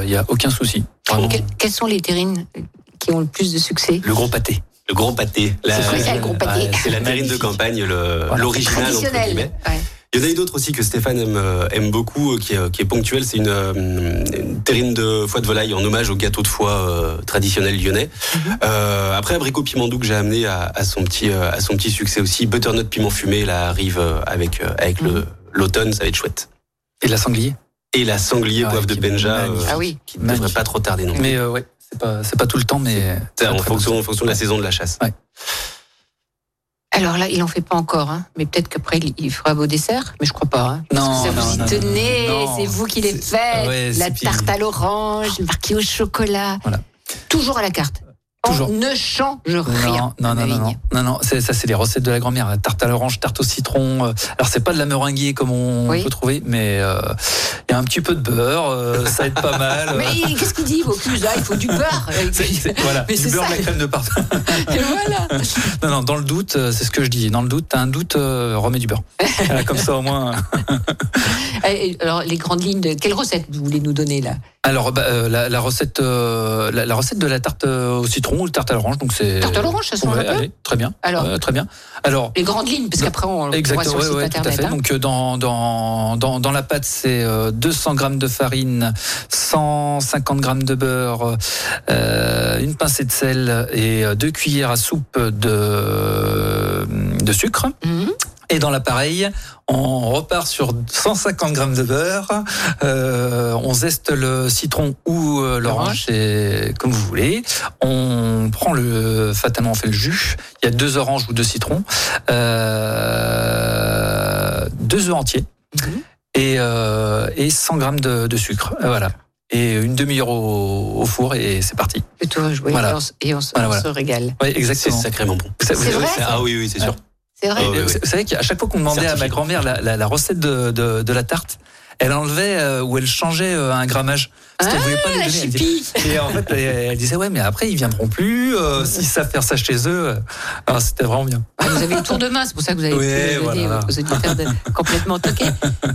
Il n'y a aucun souci. Vraiment.
Que- quelles sont les terrines qui ont le plus de succès
Le gros pâté.
le gros pâté. La-
C'est vrai, ça, le gros pâté.
ouais,
C'est la terrine de
magnifique.
campagne, le-
Voilà.
l'original. entre
Traditionnel.
guillemets.
Ouais.
Il y en a eu d'autres aussi que Stéphane aime, euh, aime beaucoup, euh, qui, est- qui est ponctuelle. C'est une, euh, une terrine de foie de volaille en hommage au gâteau de foie euh, traditionnel lyonnais. Euh, après, abricot piment doux que j'ai amené à, à son petit, euh, à son petit succès aussi. Butternut piment fumé, là, arrive euh, avec, euh, avec le- l'automne, ça va être chouette.
Et de la sanglier.
Et la sanglier
Ah,
poivre de
qui-
Benja, euh,
magnifique.
Ah oui.
qui ne devrait
magnifique.
pas trop tarder non plus.
Mais euh, ouais, c'est pas c'est pas tout le temps, mais
C'est En
très
fonction, en fonction de la saison de la chasse.
Alors là, il en fait pas encore, hein. mais peut-être qu'après, il- il fera beau dessert, mais je crois pas. hein. Parce
Non,
que ça
non,
vous y
non,
tenez,
non, non.
c'est vous qui les
C'est-
faites.
ouais,
la
c'est puis-
tarte à l'orange, le marquis au chocolat.
Voilà.
Toujours à la carte. On
Toujours.
ne change rien.
Non, non, non, non, non, non, non, c'est- ça c'est les recettes de la grand-mère. la Tarte à l'orange, tarte au citron. euh, Alors c'est pas de la meringuée comme on
Oui.
peut trouver, mais euh, il y a un petit peu de beurre, euh, ça aide pas mal.
Mais il- qu'est-ce qu'il dit, Vaucluse là Il faut du beurre.
C'est- c'est- voilà,
Mais
du
c'est
beurre,
ça.
de la crème de parfum.
Et voilà.
Non, non, dans le doute, euh, c'est ce que je dis. Dans le doute, t'as un doute, euh, remets du beurre. Voilà, comme ça au moins. euh.
Et Eh, Alors, les grandes lignes, de... quelle recette vous voulez nous donner là
Alors bah, euh, la, la recette, euh, la, la recette de la tarte euh, au citron ou la tarte à l'orange, donc c'est
Tarte à l'orange, ça se mange
Ouais,
un peu
allez, très bien.
Alors,
Euh, très bien. Alors
les grandes lignes, parce
Non.
qu'après, on le voit
Exactement,
sur le
ouais,
site
ouais, tout à
internet.
fait.
hein.
Donc euh, dans, dans, dans, dans la pâte, c'est euh, 200 grammes de farine, 150 grammes de beurre, euh, une pincée de sel et euh, deux cuillères à soupe de, de sucre.
Mhm.
Et dans l'appareil, on repart sur 150 grammes de beurre. euh, on zeste le citron ou euh, l'orange, c'est comme vous voulez. On prend le, fatalement on fait le jus. Il y a deux oranges ou deux citrons, euh, deux œufs entiers
Mhm.
et, euh, et 100 grammes de, de sucre. Euh, Voilà. Et une demi-heure au, au four et c'est parti.
Et tout rejouer,
Voilà.
et on se- et on se-
Voilà,
on
voilà.
se régale.
Oui,
C'est
exactement.
sacrément bon.
C'est
vrai, ça
Ah oui, oui, c'est sûr.
C'est vrai.
Ah
Et
ouais,
vous
ouais.
vous savez qu'à chaque fois qu'on demandait à ma
Certifié.
grand-mère la, la- la recette de, de- de la tarte, elle enlevait euh, ou elle changeait euh, un grammage. Parce qu'elle voulait pas
Ah,
les
la
donner. Elle disait-
chipie
et en fait, elle, elle disait ouais, mais après ils viendront plus. euh, S'ils savent faire ça chez eux, Alors, c'était vraiment bien.
Ah, Vous avez le tour de main, c'est pour ça que vous avez
Oui,
pu donner
voilà.
aux auditeurs de- complètement toqués.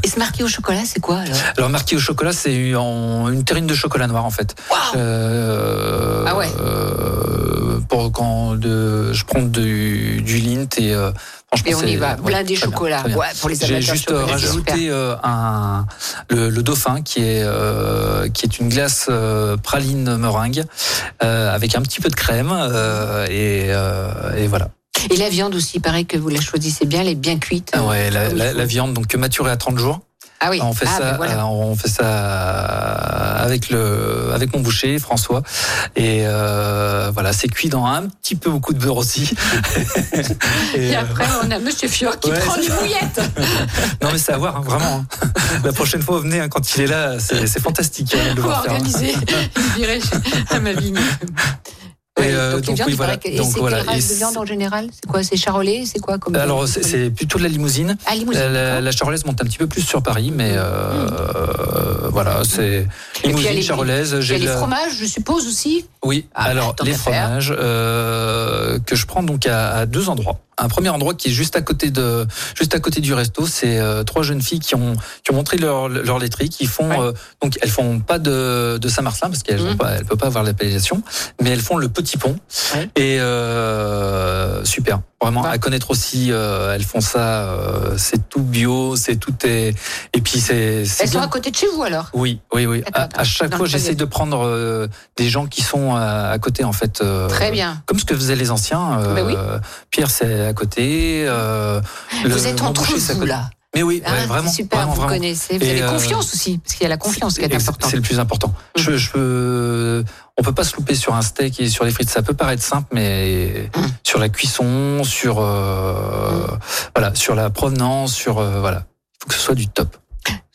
Et ce marqué au chocolat, c'est quoi alors
Alors marqué au chocolat, c'est en- une terrine de chocolat noir en fait.
Waouh
Euh,
Ah ouais.
euh, pour quand de, je prends du, du lint et euh, franchement
Et on y
c'est-
va,
ouais,
blindé
très bien,
chocolat.
très bien.
Ouais, pour les
J'ai
amateurs
juste euh,
de chocolat, c'est super.
rajouté euh, un le, le dauphin qui est euh, qui est une glace euh, praline meringue euh, avec un petit peu de crème euh, et, euh, et voilà.
Et la viande aussi, pareil que vous la choisissez bien, elle est bien cuite.
Ah ouais, la,
comme il
la-
faut.
la viande donc maturée à 30 jours.
Ah oui,
On fait
Ah,
ça,
ben voilà.
euh, on fait ça avec le, avec mon boucher François. Et euh, voilà, c'est cuit dans un petit peu beaucoup de beurre aussi. Et,
Et
euh,
après, on a Monsieur Fior qui
Ouais,
prend
c'est
les mouillettes.
non mais c'est à voir hein, vraiment. hein. La prochaine fois, venez hein, quand il est là, c'est c'est fantastique hein, de le
On va
voir faire. hein.
organiser une virée à ma vigne.
Et,
Ouais,
euh,
donc, les
donc,
viandes,
oui,
il
voilà.
paraît que- et
Donc,
c'est
voilà.
quelle race
Et
de viande en général C'est quoi C'est charolais C'est quoi comme
Euh, Alors c'est- c'est plutôt de la limousine.
Ah, limousine.
La, la,
d'accord.
la charolaise monte un petit peu plus sur Paris, mais euh, euh, voilà, c'est
Hmm. puis, il y a
limousine,
les-
charolaise.
Il y a
J'ai
les
la-
fromages, je suppose aussi.
Oui,
Ah,
alors
tant
les
qu'à faire.
fromages euh, que je prends donc à, à deux endroits. Un premier endroit qui est juste à côté de juste à côté du resto, c'est euh, trois jeunes filles qui ont qui ont montré leur leur laiterie, qui font
Ouais.
euh, donc elles font pas de, de Saint-Marcelin parce qu'elles
Mhm.
ont pas elles peuvent pas avoir l'appellation, mais elles font le petit pont
Ouais.
et euh, super vraiment
Ouais.
à connaître aussi. euh, elles font ça, euh, c'est tout bio, c'est tout est et puis c'est c'est
Elles sont
bien.
à côté de chez vous alors
Oui, oui, oui.
Attends,
À,
attends.
à chaque
Non,
fois,
je sais.
j'essaie de prendre euh, des gens qui sont à, à côté, en fait. euh,
Très bien.
Comme ce que faisaient les anciens. euh,
Bah oui.
Pierre, c'est à côté. euh, le-
vous êtes
mon
entre
boucher, c'est à
vous
côté.
là.
Mais oui,
Ah,
ouais,
c'est
vraiment.
super,
vraiment,
vous
vraiment.
connaissez. Vous
Et,
avez
euh,
confiance aussi, parce qu'il y a la confiance qui est
Ex-
importante. Mm.
C'est le plus important. Je, je peux, on peut pas se louper sur un steak et sur les frites. Ça peut paraître simple, mais
Mm.
sur la cuisson, sur euh, voilà, sur la provenance, sur euh, voilà, il faut que ce soit du top.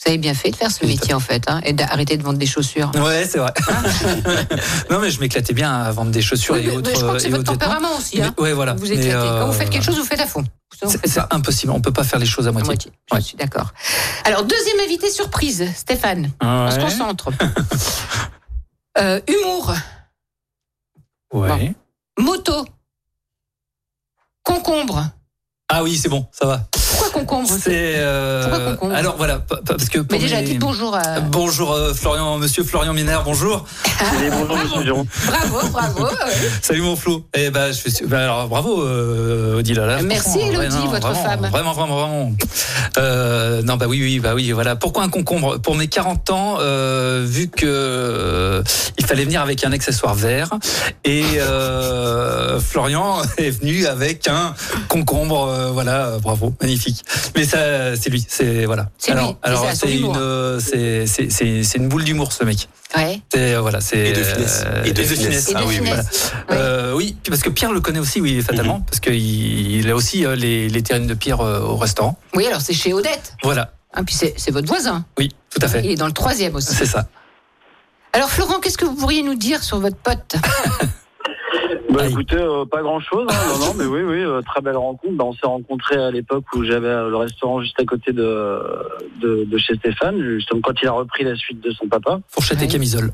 Vous avez bien fait de faire ce
Oui,
métier en fait, hein, et d'arrêter de vendre des chaussures.
Ouais, c'est vrai. non, mais je m'éclatais bien à vendre des chaussures
Oui,
et
mais- mais
autres.
je crois que
et
c'est votre
autres vêtements.
tempérament aussi. Hein.
Mais- ouais, voilà.
Vous
Mais,
éclatez.
euh,
Quand vous faites quelque chose, vous faites à fond. on fait
C'est
ça.
impossible. On peut pas faire les choses à
À
moitié.
moitié. Je
Ouais.
suis d'accord. Alors, deuxième invité surprise, Stéphane. On se
Ouais.
concentre. Euh, humour,
Ouais.
moto, concombre.
Ah oui, c'est bon, ça va.
Pourquoi concombre
C'est euh,
Pourquoi concombre
alors voilà pa- pa- parce que pour
Mais déjà,
mes-
dites bonjour à.
Euh, Bonjour euh, Florian, Monsieur Florian Minard, bonjour.
Bravo, bravo.
Salut mon Flo. Eh ben, je suis. su- ben, alors bravo euh, Odile. là, franchement,
Merci,
ouais,
Elodie,
non,
votre
vraiment,
femme.
Vraiment, vraiment, vraiment. Euh, non bah oui, oui, bah oui, voilà. Pourquoi un concombre Pour mes 40 ans, euh, vu que euh, il fallait venir avec un accessoire vert, et euh, Florian est venu avec un concombre. euh, voilà, euh, bravo, magnifique. Mais ça, c'est lui, c'est voilà.
C'est lui,
alors,
c'est
alors
ça, son
c'est
humour.
une, euh, c'est c'est c'est c'est une boule d'humour ce mec.
Ouais.
C'est euh, voilà, c'est
Et de finesse.
euh,
Et de finesse.
Et de
Ah oui, oui, voilà.
finesse. Ouais.
Euh, oui, puis parce que Pierre le connaît aussi, oui, fatalement,
Mhm.
parce qu'il il a aussi euh, les, les terrines de Pierre euh, au restaurant.
Oui, alors c'est chez Odette.
Voilà,
Hein, puis c'est c'est votre voisin.
oui, tout à
Il
fait.
est dans le troisième aussi.
C'est ça.
Alors, Florent, qu'est-ce que vous pourriez nous dire sur votre pote
Bah,
Aïe.
écoutez, euh, pas grand chose. non, non, mais oui, oui, euh, très belle rencontre. Bah, on s'est rencontrés à l'époque où j'avais euh, le restaurant juste à côté de, de, de chez Stéphane, justement quand il a repris la suite de son papa.
Fourchette et
Ouais.
camisole.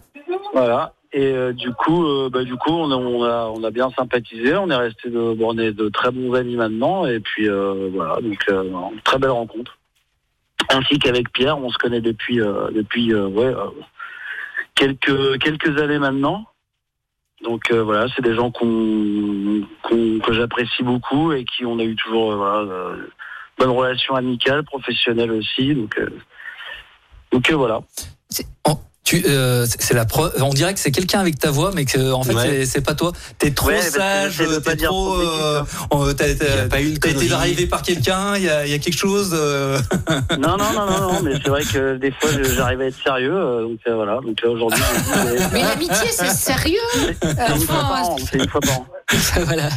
Voilà. Et euh, du coup, euh, bah, du coup, on a, on a, on a bien sympathisé. On est resté de, bon, on est de très bons amis maintenant. Et puis euh, voilà, donc euh, non, très belle rencontre. Ainsi qu'avec Pierre, on se connaît depuis euh, depuis euh, ouais, euh, quelques quelques années maintenant. Donc euh, voilà, c'est des gens qu'on qu'on- que j'apprécie beaucoup et qui on a eu toujours euh, voilà, euh, bonne relation amicale, professionnelle aussi. Donc euh, donc euh, voilà.
Oh, tu, euh, c'est- c'est la pro- On dirait que c'est quelqu'un avec ta voix, mais que euh, en fait
Ouais.
c'est- c'est pas toi. T'es trop
Ouais, parce que
sage,
j'essaie de pas
t'es
dire
trop.
trop de bêtises,
euh,
hein.
on- T'as
Il y
t'as-
a pas eu une
t'as été
connerie.
arrivé par quelqu'un. Il y a, il y a quelque chose. euh,
Non, non, non, non, non, mais c'est vrai que des fois, je- j'arrive à être sérieux, euh, donc euh, voilà. Donc là, aujourd'hui, je me dis,
Mais l'amitié, c'est sérieux. euh,
c'est une fois
Enfin,
par an, c'est une fois par an.
voilà.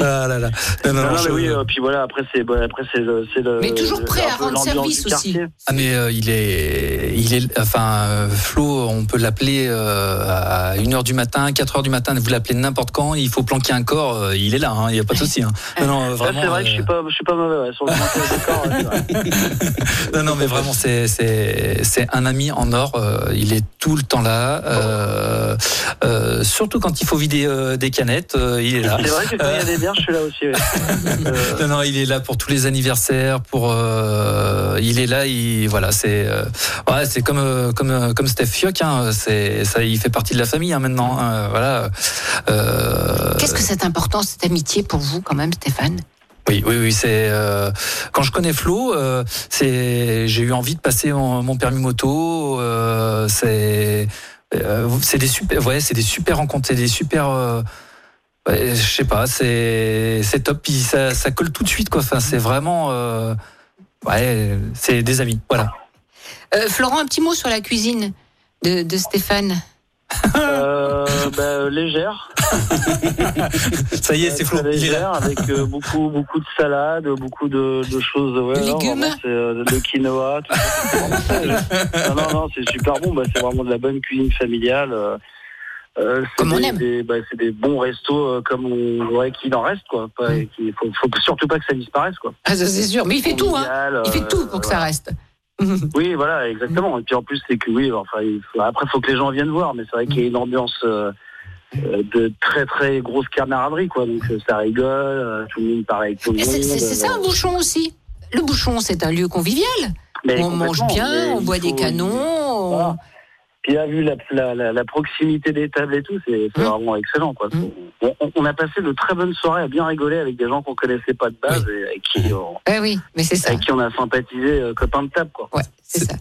ah là là. Non, non,
Non,
non,
non,
je-
mais oui, euh, puis voilà, après, c'est, bon, après, c'est le, c'est le.
Mais toujours
c'est
prêt
un
à
peu
rendre
l'ambiance
service
du
aussi.
quartier.
Ah mais euh, il est, il est, enfin euh, Flo, on peut l'appeler euh, à 1 heure du matin, 4 heures du matin, vous l'appelez n'importe quand, il faut planquer un corps, euh, il est là, hein, il n'y a pas de souci. Hein. Non, non, euh,
Là,
vraiment,
c'est vrai que je suis pas, je suis pas mauvais, ouais, sur le montage de corps, ouais, c'est vrai.
euh, non, non, mais vraiment, c'est, c'est, c'est un ami en or, euh, il est tout le temps là, euh, euh, surtout quand il faut vider euh, des canettes, euh, il est là.
C'est vrai que quand il y a des bières, je suis là aussi, ouais. Euh,
Non, non, il est là pour tous les anniversaires, pour euh, il est là, il voilà, c'est euh, ouais, c'est comme euh, comme euh, comme Steph Fioc, hein, c'est ça, il fait partie de la famille hein, maintenant, hein, voilà. Euh,
Qu'est-ce que c'est important, cette amitié pour vous, quand même, Stéphane
oui, oui, oui, c'est euh, quand je connais Flo, euh, c'est j'ai eu envie de passer mon, mon permis moto, euh, c'est euh, c'est des super, ouais, c'est des super rencontres, c'est des super. euh, ouais, je sais pas, c'est c'est top, puis ça, ça colle tout de suite quoi. Enfin, c'est vraiment, euh, ouais, c'est des amis, voilà.
Euh, Florent, un petit mot sur la cuisine de, de Stéphane.
euh, bah, légère.
Ça y est, c'est
Très
Flo. Il est là.
légère, avec euh, beaucoup, beaucoup de salades, beaucoup de, de choses. Ouais,
De
non,
légumes.
vraiment, c'est euh, le quinoa, tout ça. c'est vraiment très- non, non, non, c'est super bon. Bah, c'est vraiment de la bonne cuisine familiale. euh, euh, c'est
Comme on
des,
aime.
des- bah, c'est des bons restos euh, comme on voudrait qu'il en reste, quoi. Pas-
Mm.
qu'il faut, faut surtout pas que ça disparaisse, quoi.
Ah, ça, c'est sûr. Mais il fait tout, hein.
Convivial,
Il fait
euh,
tout pour que ça reste.
oui, voilà, exactement. Et puis en plus, c'est que oui, enfin, il faut- après, faut que les gens viennent voir, mais c'est vrai qu'il y a une ambiance euh, euh, de très très grosse camaraderie, quoi. Donc euh, ça rigole, euh, tout le monde pareil, tout le
Et
monde.
C'est c'est- c'est ça, un
euh,
bouchon aussi. Le bouchon, c'est un lieu convivial.
mais
on mange
complètement,
bien,
mais
on
il
boit des
faut-
canons.
Voilà.
on-
Puis là, vu la, la, la, la proximité des tables et tout, c'est c'est
Mm.
vraiment excellent, quoi.
Mm.
On, on- on a passé de très bonnes soirées à bien rigoler avec des gens qu'on connaissait pas de base et avec qui, on,
Ouais, oui, mais c'est ça.
avec qui on a sympathisé, euh, copains de table, quoi.
Ouais, c'est ça.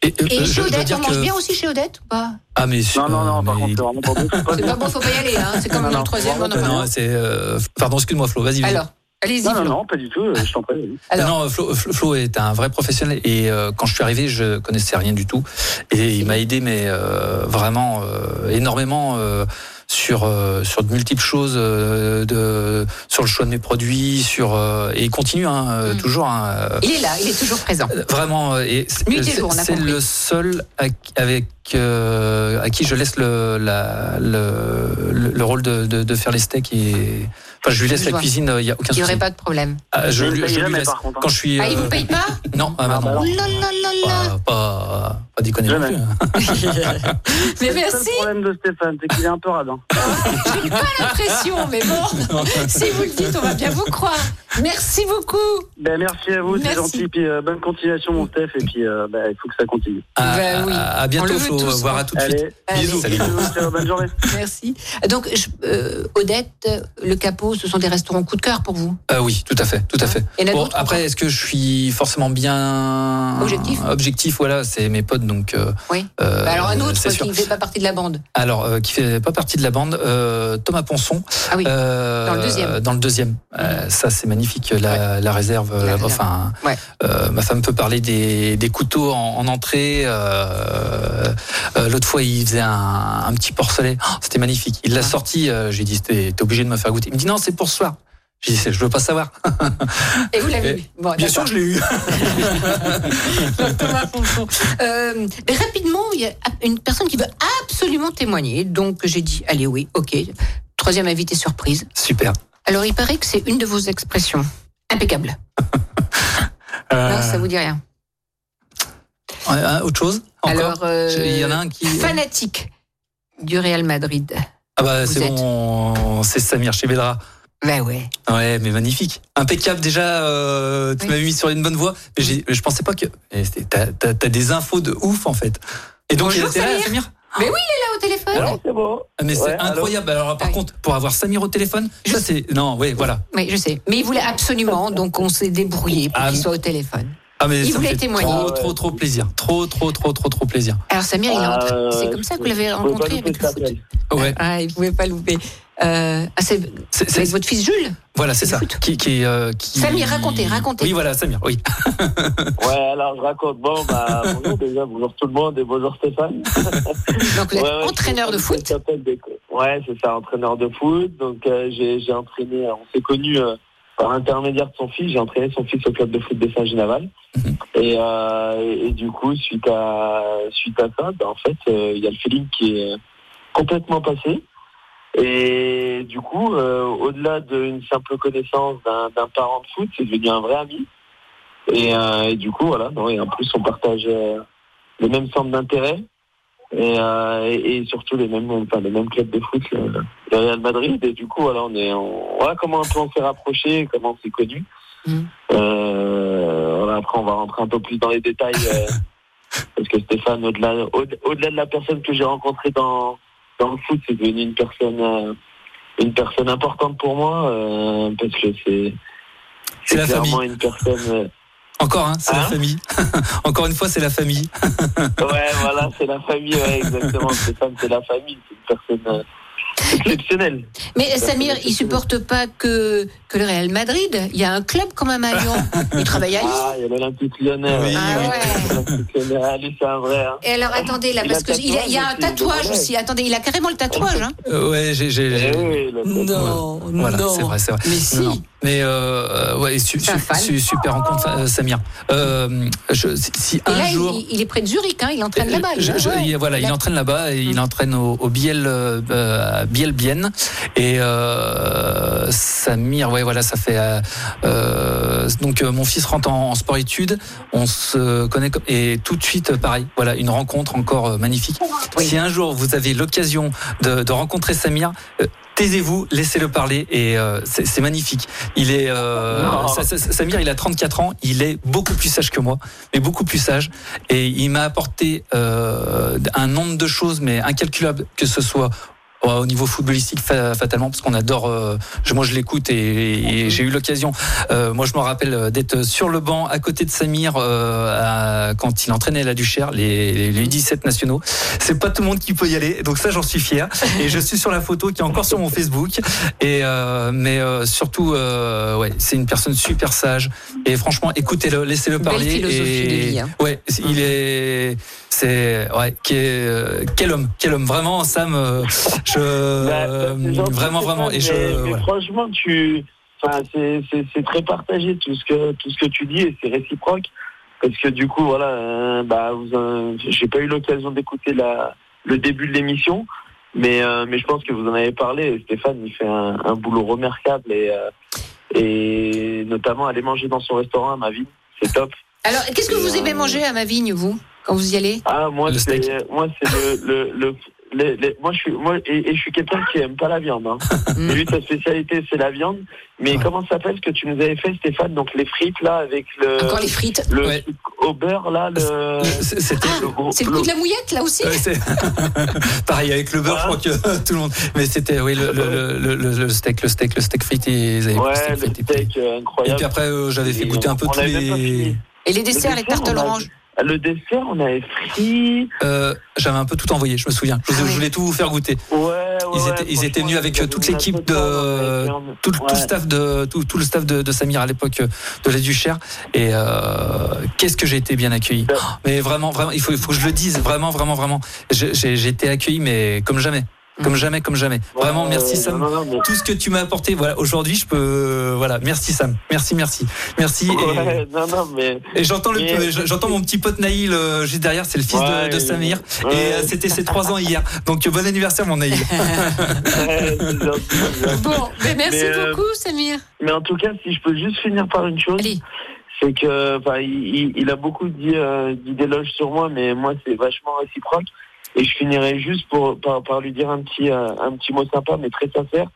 Et, euh,
Et
je- je
chez
dois
Odette,
dire
on mange
que-
bien aussi chez Odette ou pas
Ah mais
Non, non, non, par
mais-
contre, c'est vraiment pas bon. faut pas
C'est
dire.
pas bon, faut pas y aller, hein. C'est comme
Non,
dans
non,
le troisième, on en
vraiment,
parle.
Non, c'est euh, pardon, excuse-moi Flo, vas-y. vas-y.
Alors, allez-y.
Non, non,
Florent.
non, pas du tout, euh, je t'en prie. vas-y.
Alors-
non, non, Flo, Flo- Flo est un vrai professionnel et euh, quand je suis arrivé, je connaissais rien du tout et il m'a aidé mais euh, vraiment euh, énormément euh, sur euh, sur de multiples choses euh, de sur le choix de mes produits, sur euh, et il continue hein, euh,
Mm.
toujours hein, euh,
Il est là, il est toujours présent.
vraiment euh, et c'est-
Nuit et
c'est
jour, on a
c'est
compris.
le seul à qui- avec euh, à qui je laisse le la, le, le, le rôle de, de, de faire les steaks et Enfin, je lui laisse la cuisine, il n'y a aucun
Il
souci.
n'y aurait pas de problème.
Ah, je,
Vous
lui-
payez
je lui
jamais,
laisse.
par contre, hein.
Quand je suis.
Ah, il
euh,
vous paye pas
Non, ah, bah, non.
Oh là là là là
Pas, pas, pas déconner non plus. hein.
Mais
C'est le
merci
seul problème de Stéphane, c'est qu'il est un peu radin.
J'ai pas l'impression, mais bon, si vous le dites, on va bien vous croire. Merci beaucoup
Ben, merci à vous, c'est
Merci.
gentil. Puis euh, bonne continuation, mon Steph. Et puis euh, ben, il faut que ça continue.
À,
Bah oui.
à- à bientôt,
On le veut
Flo.
tous,
voir
hein.
à tout de
Allez.
suite.
Allez.
Bisous.
Salut.
Ciao, euh, bonne journée.
Merci. Donc, je- euh, Odette, Le Capot, ce sont des restaurants coup de cœur pour vous
Ah oui, tout à fait, tout à fait.
Il y en a
Bon, ah,
d'autres
après, est-ce que je suis forcément bien
Objectif
Objectif, voilà, c'est mes potes, donc. euh,
Oui.
euh,
Bah alors, un autre
c'est
qui
sûr.
ne fait pas partie de la bande.
Alors, euh, qui fait pas partie de la bande, euh, Thomas Ponson.
Ah oui.
euh,
Dans le deuxième.
dans le deuxième. Euh, ça, c'est magnifique, la, la réserve. euh,
réserve.
Enfin,
Ouais.
euh, ma femme peut parler des, des couteaux en, en entrée. euh, euh, L'autre fois, il faisait un, un petit porcelet. Oh, C'était magnifique.
Ah.
Il l'a sorti. euh, J'ai dit, t'es t'es obligé de me faire goûter. Il me dit, non, c'est pour ce soir. J'ai dit, C'est- je veux pas savoir.
Ah, Et vous l'avez
Eh,
vu Bon,
Bien
d'accord.
sûr, je l'ai eu.
Thomas Ponson. Euh, mais rapidement, il y a une personne qui veut absolument témoigner. Donc, j'ai dit, allez, oui, ok. Troisième invité surprise.
Super.
Alors, il paraît que c'est une de vos expressions. Impeccable. Non, ça vous dit rien.
Euh, autre chose Encore
Alors, euh,
Je- Il y en a un qui.
Fanatique du Real Madrid.
Ah bah c'est
vous êtes-
bon, c'est Samir Chebedra.
Ben ouais.
Ouais, mais magnifique, impeccable déjà. euh, tu
Oui.
m'avais mis sur une bonne voie, mais j'ai- je pensais pas que. mais c'était- T'as t'as- t'as des infos de ouf en fait. Et donc
Bonjour,
il était là,
Samir.
Samir.
Mais oui, il est là au téléphone.
Alors, c'est bon.
Ah, Mais
Ouais,
c'est incroyable. Alors, par
Ah oui.
contre, pour avoir Samir au téléphone, ça c'est non, oui, voilà.
Oui, je sais. Mais il voulait absolument, donc on s'est débrouillé pour
Ah,
qu'il soit au téléphone.
Ah mais
Il
ça me
voulait
fait
témoigner.
trop,
Ah ouais.
trop, trop plaisir, trop, trop, trop, trop, trop plaisir.
Alors Samir, il est rentré.
Ah,
c'est comme ça que vous l'avez
vous pouvez pas
rencontré
louper
avec le
cet
foot.
appel.
Ouais,
Ah, il pouvait pas louper. Euh, ah, c'est
c'est-
c'est avec
c'est-
votre fils Jules
voilà, c'est
du
ça.
foot.
Qui, qui, euh, qui-
Samir, racontez, racontez.
Oui, voilà, Samir. Oui.
Ouais, alors je raconte. Bon, bah, bonjour déjà, bonjour tout le monde et bonjour Stéphane.
Donc vous êtes
Ouais, ouais,
entraîneur de
je-
foot.
je t'appelle des- Ouais, c'est ça, entraîneur de foot. Donc euh, j'ai j'ai entraîné, euh, on s'est connu euh, par l'intermédiaire de son fils. J'ai entraîné son fils au club de foot de Saint-Ginaval.
Mhm.
Et, euh, et, et du coup, suite à suite à ça, bah, en fait, euh, il y a le feeling qui est complètement passé. Et du coup, euh, au-delà d'une simple connaissance d'un d'un parent de foot, c'est devenu un vrai ami. Et, euh, et du coup, voilà. Non, et en plus, on partage euh, le même centre d'intérêt et, euh, et, et surtout les mêmes, enfin, les mêmes clubs de foot, le, le Real Madrid. Et du coup, voilà, on est, on, voilà comment un peu on s'est rapproché, comment on s'est connu.
Mm.
Mhm.
Euh, voilà, après, on va rentrer un peu plus dans les détails euh, parce que Stéphane, au-delà, au- delà de la personne que j'ai rencontrée dans dans le foot, c'est devenu une personne, euh, une personne importante pour moi euh, parce que c'est
C'est la
clairement
famille.
une personne. euh,
Encore, hein, c'est la
Hein
famille. Encore une fois, c'est la famille.
Ouais, voilà, c'est la famille, ouais, exactement. Stéphane, c'est la famille, c'est une personne euh, exceptionnelle.
Mais Samir, il supporte pas que, que le Real Madrid. Il y a un club quand même à Lyon. Il travaille à Lyon.
Ah, il y a l'Olympique Lyonnais.
Oui,
Ah oui. ouais.
L'Olympique Lyonnais, ah, lui, c'est un vrai. Hein.
Et alors attendez là,
Il a
parce que
tatouage
il a- il y a un
aussi,
tatouage
le
aussi. Attendez, il a carrément le tatouage. Hein.
Euh, ouais, j'ai- j'ai.
Eh oui, le-
Non,
Voilà,
non.
c'est vrai, c'est vrai.
Mais si.
Non, non. Mais euh, euh, ouais, su-
C'est un
su-
fan.
su- super rencontre, euh, Samir. Euh, je- si- si
Et
un
là,
jour.
il, il est près de Zurich. Hein, il entraîne là-bas. lui,
Je- je-
hein.
il- voilà, il
D'accord.
entraîne là-bas et il entraîne au, au Biel, euh, euh, à Biel Bienne. Et euh, Samir, ouais, voilà, ça fait. euh, euh, donc euh, mon fils rentre en, en sport-études, on se connaît comme- et tout de suite, euh, pareil, voilà, une rencontre encore euh, magnifique.
Oui.
Si un jour vous avez l'occasion de, de rencontrer Samir. euh, Taisez-vous, laissez-le parler et euh, c'est c'est magnifique. Il est euh,
Non.
Sa- Sa- Sa- Samir, il a 34 ans, il est beaucoup plus sage que moi, mais beaucoup plus sage et il m'a apporté euh, un nombre de choses, mais incalculables, que ce soit euh, au niveau footballistique fa- fatalement parce qu'on adore euh, je- moi je l'écoute et, et j'ai eu l'occasion euh, moi je me rappelle euh, d'être sur le banc à côté de Samir euh, à- quand il entraînait la Duchère les, les- les 17 nationaux c'est pas tout le monde qui peut y aller donc ça j'en suis fier et je suis sur la photo qui est encore sur mon Facebook et euh, mais euh, surtout euh, ouais c'est une personne super sage et franchement écoutez-le laissez-le
Belle
parler
philosophie
et-
de vie, hein.
ouais c'est- il est c'est ouais quel, euh, quel homme quel homme vraiment Sam euh, je
Bah,
euh,
c'est gentil,
vraiment vraiment et je
Stéphane, mais- mais
voilà.
franchement, tu, enfin, c'est, c'est, c'est très partagé tout ce que tout ce que tu dis et c'est réciproque parce que du coup, voilà, euh, bah, vous, euh, j'ai pas eu l'occasion d'écouter la le début de l'émission, Mais, euh, mais je pense que vous en avez parlé. Stéphane, il fait un, un boulot remarquable et, euh, et notamment aller manger dans son restaurant à ma vie. C'est top.
Alors, qu'est-ce que
Et,
vous
euh,
aimez manger à ma vigne, vous, quand vous y allez
Ah, moi,
Le
c'est
steak.
moi, c'est le, le, le- les- les- moi, je suis, moi, et, et je suis quelqu'un qui aime pas la viande. Hein.
Mm.
Lui, sa spécialité, c'est la viande. Mais comment ça s'appelle ce que tu nous avais fait, Stéphane Donc, les frites, là, avec le,
Encore les frites.
le
Ah, Ouais.
truc au beurre, là, le.
C'est- C'était
le gros-
C'est le coup de la mouillette, là aussi
Ouais, c'est- Pareil avec le beurre, je crois que tout le monde. Mais c'était oui le, le, le, le- le steak, le steak, le steak frites. et- ils avaient pris
Ouais, le
frites et puis-
steak euh,
Et
incroyable.
puis après, euh, j'avais fait
Et
goûter un
on-
peu
on
tous
avait même pas
les.
fini.
Et les desserts, les tartes à
on a-
l'orange.
Le dessert, on avait frit.
Euh, j'avais un peu tout envoyé, je me souviens. Je,
Ah
je
ouais.
voulais tout vous faire goûter.
Ouais, ouais,
Ils étaient- ils
franchement,
étaient venus avec,
ils
euh, toute
avaient
l'équipe
mis un peu
de- euh,
temps, ouais,
Tout, le- tout le
hein. ouais.
staff de tout, tout le staff de, de Samir à l'époque euh, de la Duchère. Et euh, qu'est-ce que j'ai été bien accueilli.
Ouais.
Oh, Mais vraiment, vraiment, il faut, il faut que je le dise. Vraiment, vraiment, vraiment. Je- J'ai j'ai été accueilli, mais comme jamais, comme jamais, comme jamais. Vraiment,
Mm. Ouais,
merci
ouais,
Sam.
non, non, non,
Tout ce que tu m'as apporté, voilà. Aujourd'hui, je peux, voilà. Merci Sam. Merci, merci, merci.
mais-
et-
Ouais, non, non, mais.
Et j'entends le,
Et-
j'entends mon petit pote Naïl euh, juste derrière, c'est le fils
Ouais,
de, de Samir.
ouais.
Et euh, c'était ses trois ans hier. Donc euh, bon anniversaire mon Naïl.
Ouais, c'est gentil, c'est gentil.
Bon, mais merci
Mais, euh,
beaucoup, Samir.
Mais en tout cas, si je peux juste finir par une chose,
Allez.
c'est que enfin, il, il- il a beaucoup dit, euh, dit d'éloges sur moi, mais moi c'est vachement réciproque. Et je finirai juste pour, par, par lui dire un petit, euh, un petit mot sympa, mais très sincère.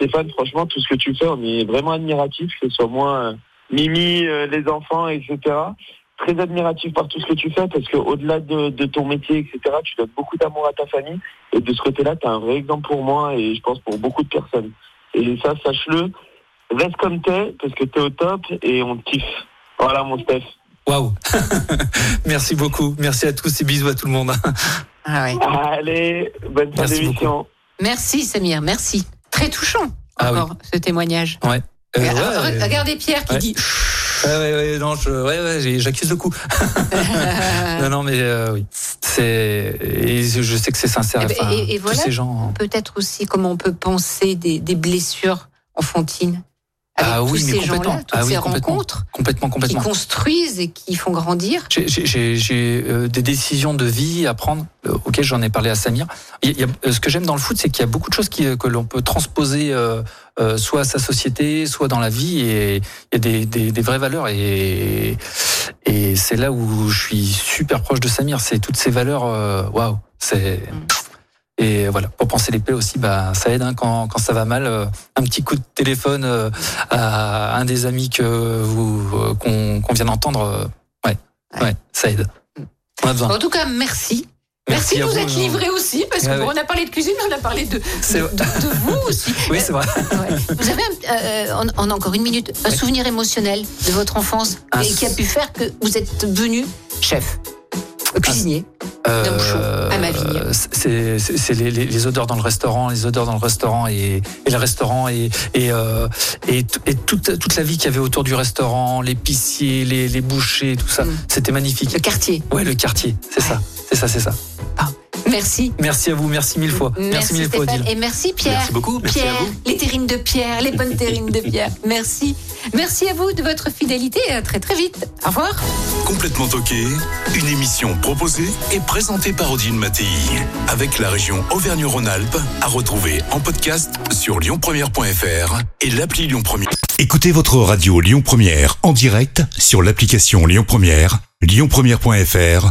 Stéphane, franchement, tout ce que tu fais, on est vraiment admiratif, que ce soit moi, euh, Mimi, euh, les enfants, etc. Très admiratif par tout ce que tu fais, parce qu'au-delà de, de ton métier, etc., tu donnes beaucoup d'amour à ta famille. Et de ce côté-là, tu as un vrai exemple pour moi et je pense pour beaucoup de personnes. Et ça, sache-le, reste comme t'es, parce que t'es au top et on te kiffe. Voilà mon Steph.
Waouh. Merci beaucoup. Merci à tous et bisous à tout le monde.
Ah ouais.
Allez, bonne fin
Merci
d'émission.
Merci, Samir, merci. Très touchant,
Ah
encore, ce témoignage.
Euh, ouais,
Regarde-
euh,
Regardez Pierre qui
ouais.
dit.
ouais, ouais, ouais, non, je- ouais, ouais, j'ai- j'accuse le coup. Non, non, mais euh, oui. C'est, et je je sais que c'est sincère.
Et ben,
Enfin,
et- et voilà.
Tous ces gens. hein.
peut-être aussi comment on peut penser des, des blessures enfantines avec
Ah oui,
tous
mais
ces gens-là,
complètement.
toutes
Ah oui,
ces
complètement.
rencontres
Complètement,
qui
complètement.
construisent et qui font grandir.
J'ai- J'ai j'ai- j'ai, euh, des décisions de vie à prendre. Euh, ok, j'en ai parlé à Samir. Il y a- euh, ce que j'aime dans le foot, c'est qu'il y a beaucoup de choses qui, euh, que l'on peut transposer euh, euh, soit à sa société, soit dans la vie. Et il y a des, des, des vraies valeurs. Et, et c'est là où je suis super proche de Samir. C'est toutes ces valeurs. euh, Waouh, c'est.
Mm.
Et voilà, pour penser les plaies aussi, bah, ça aide hein, quand, quand ça va mal. euh, un petit coup de téléphone euh, à un des amis que vous euh, qu'on qu'on vient d'entendre, euh, ouais, ouais, ça aide. On a besoin.
En tout cas, merci. Merci, de
Ah. à
vous,
vous,
être
Jean.
livré aussi, parce
Ah
qu'on
oui.
on a parlé de cuisine, mais on a parlé de,
C'est
de,
vrai.
de- de vous aussi.
Oui, c'est vrai.
Ah Ouais. Vous avez, un- euh, on, on a encore une minute, un
Ouais.
souvenir émotionnel de votre enfance
Un
et qui a pu faire que vous êtes devenu chef, cuisinier. Donc, chaud, à ma vigne.
Euh, c'est c'est- c'est les, les- les odeurs dans le restaurant, les odeurs dans le restaurant et, et le restaurant et et, euh, et, tout- et toute toute la vie qu'il y avait autour du restaurant, l'épicier, les, les bouchers, tout ça,
Mm.
c'était magnifique.
Le quartier.
Ouais, le quartier, c'est ça, c'est ça, c'est ça.
Merci.
Merci à vous, merci mille fois, merci, mille fois,
Stéphane.
Odile.
Et merci Pierre.
Merci beaucoup, merci
Pierre,
à vous.
les terrines de Pierre, les bonnes terrines de Pierre. Merci. Merci à vous de votre fidélité et à très très vite. Au revoir.
Complètement toqué, une émission proposée et présentée par Odile Mattei. Avec la région Auvergne-Rhône-Alpes, à retrouver en podcast sur lyonpremière.fr et l'appli Lyon Première.
Écoutez votre radio Lyon Première en direct sur l'application Lyon Première, lyonpremière.fr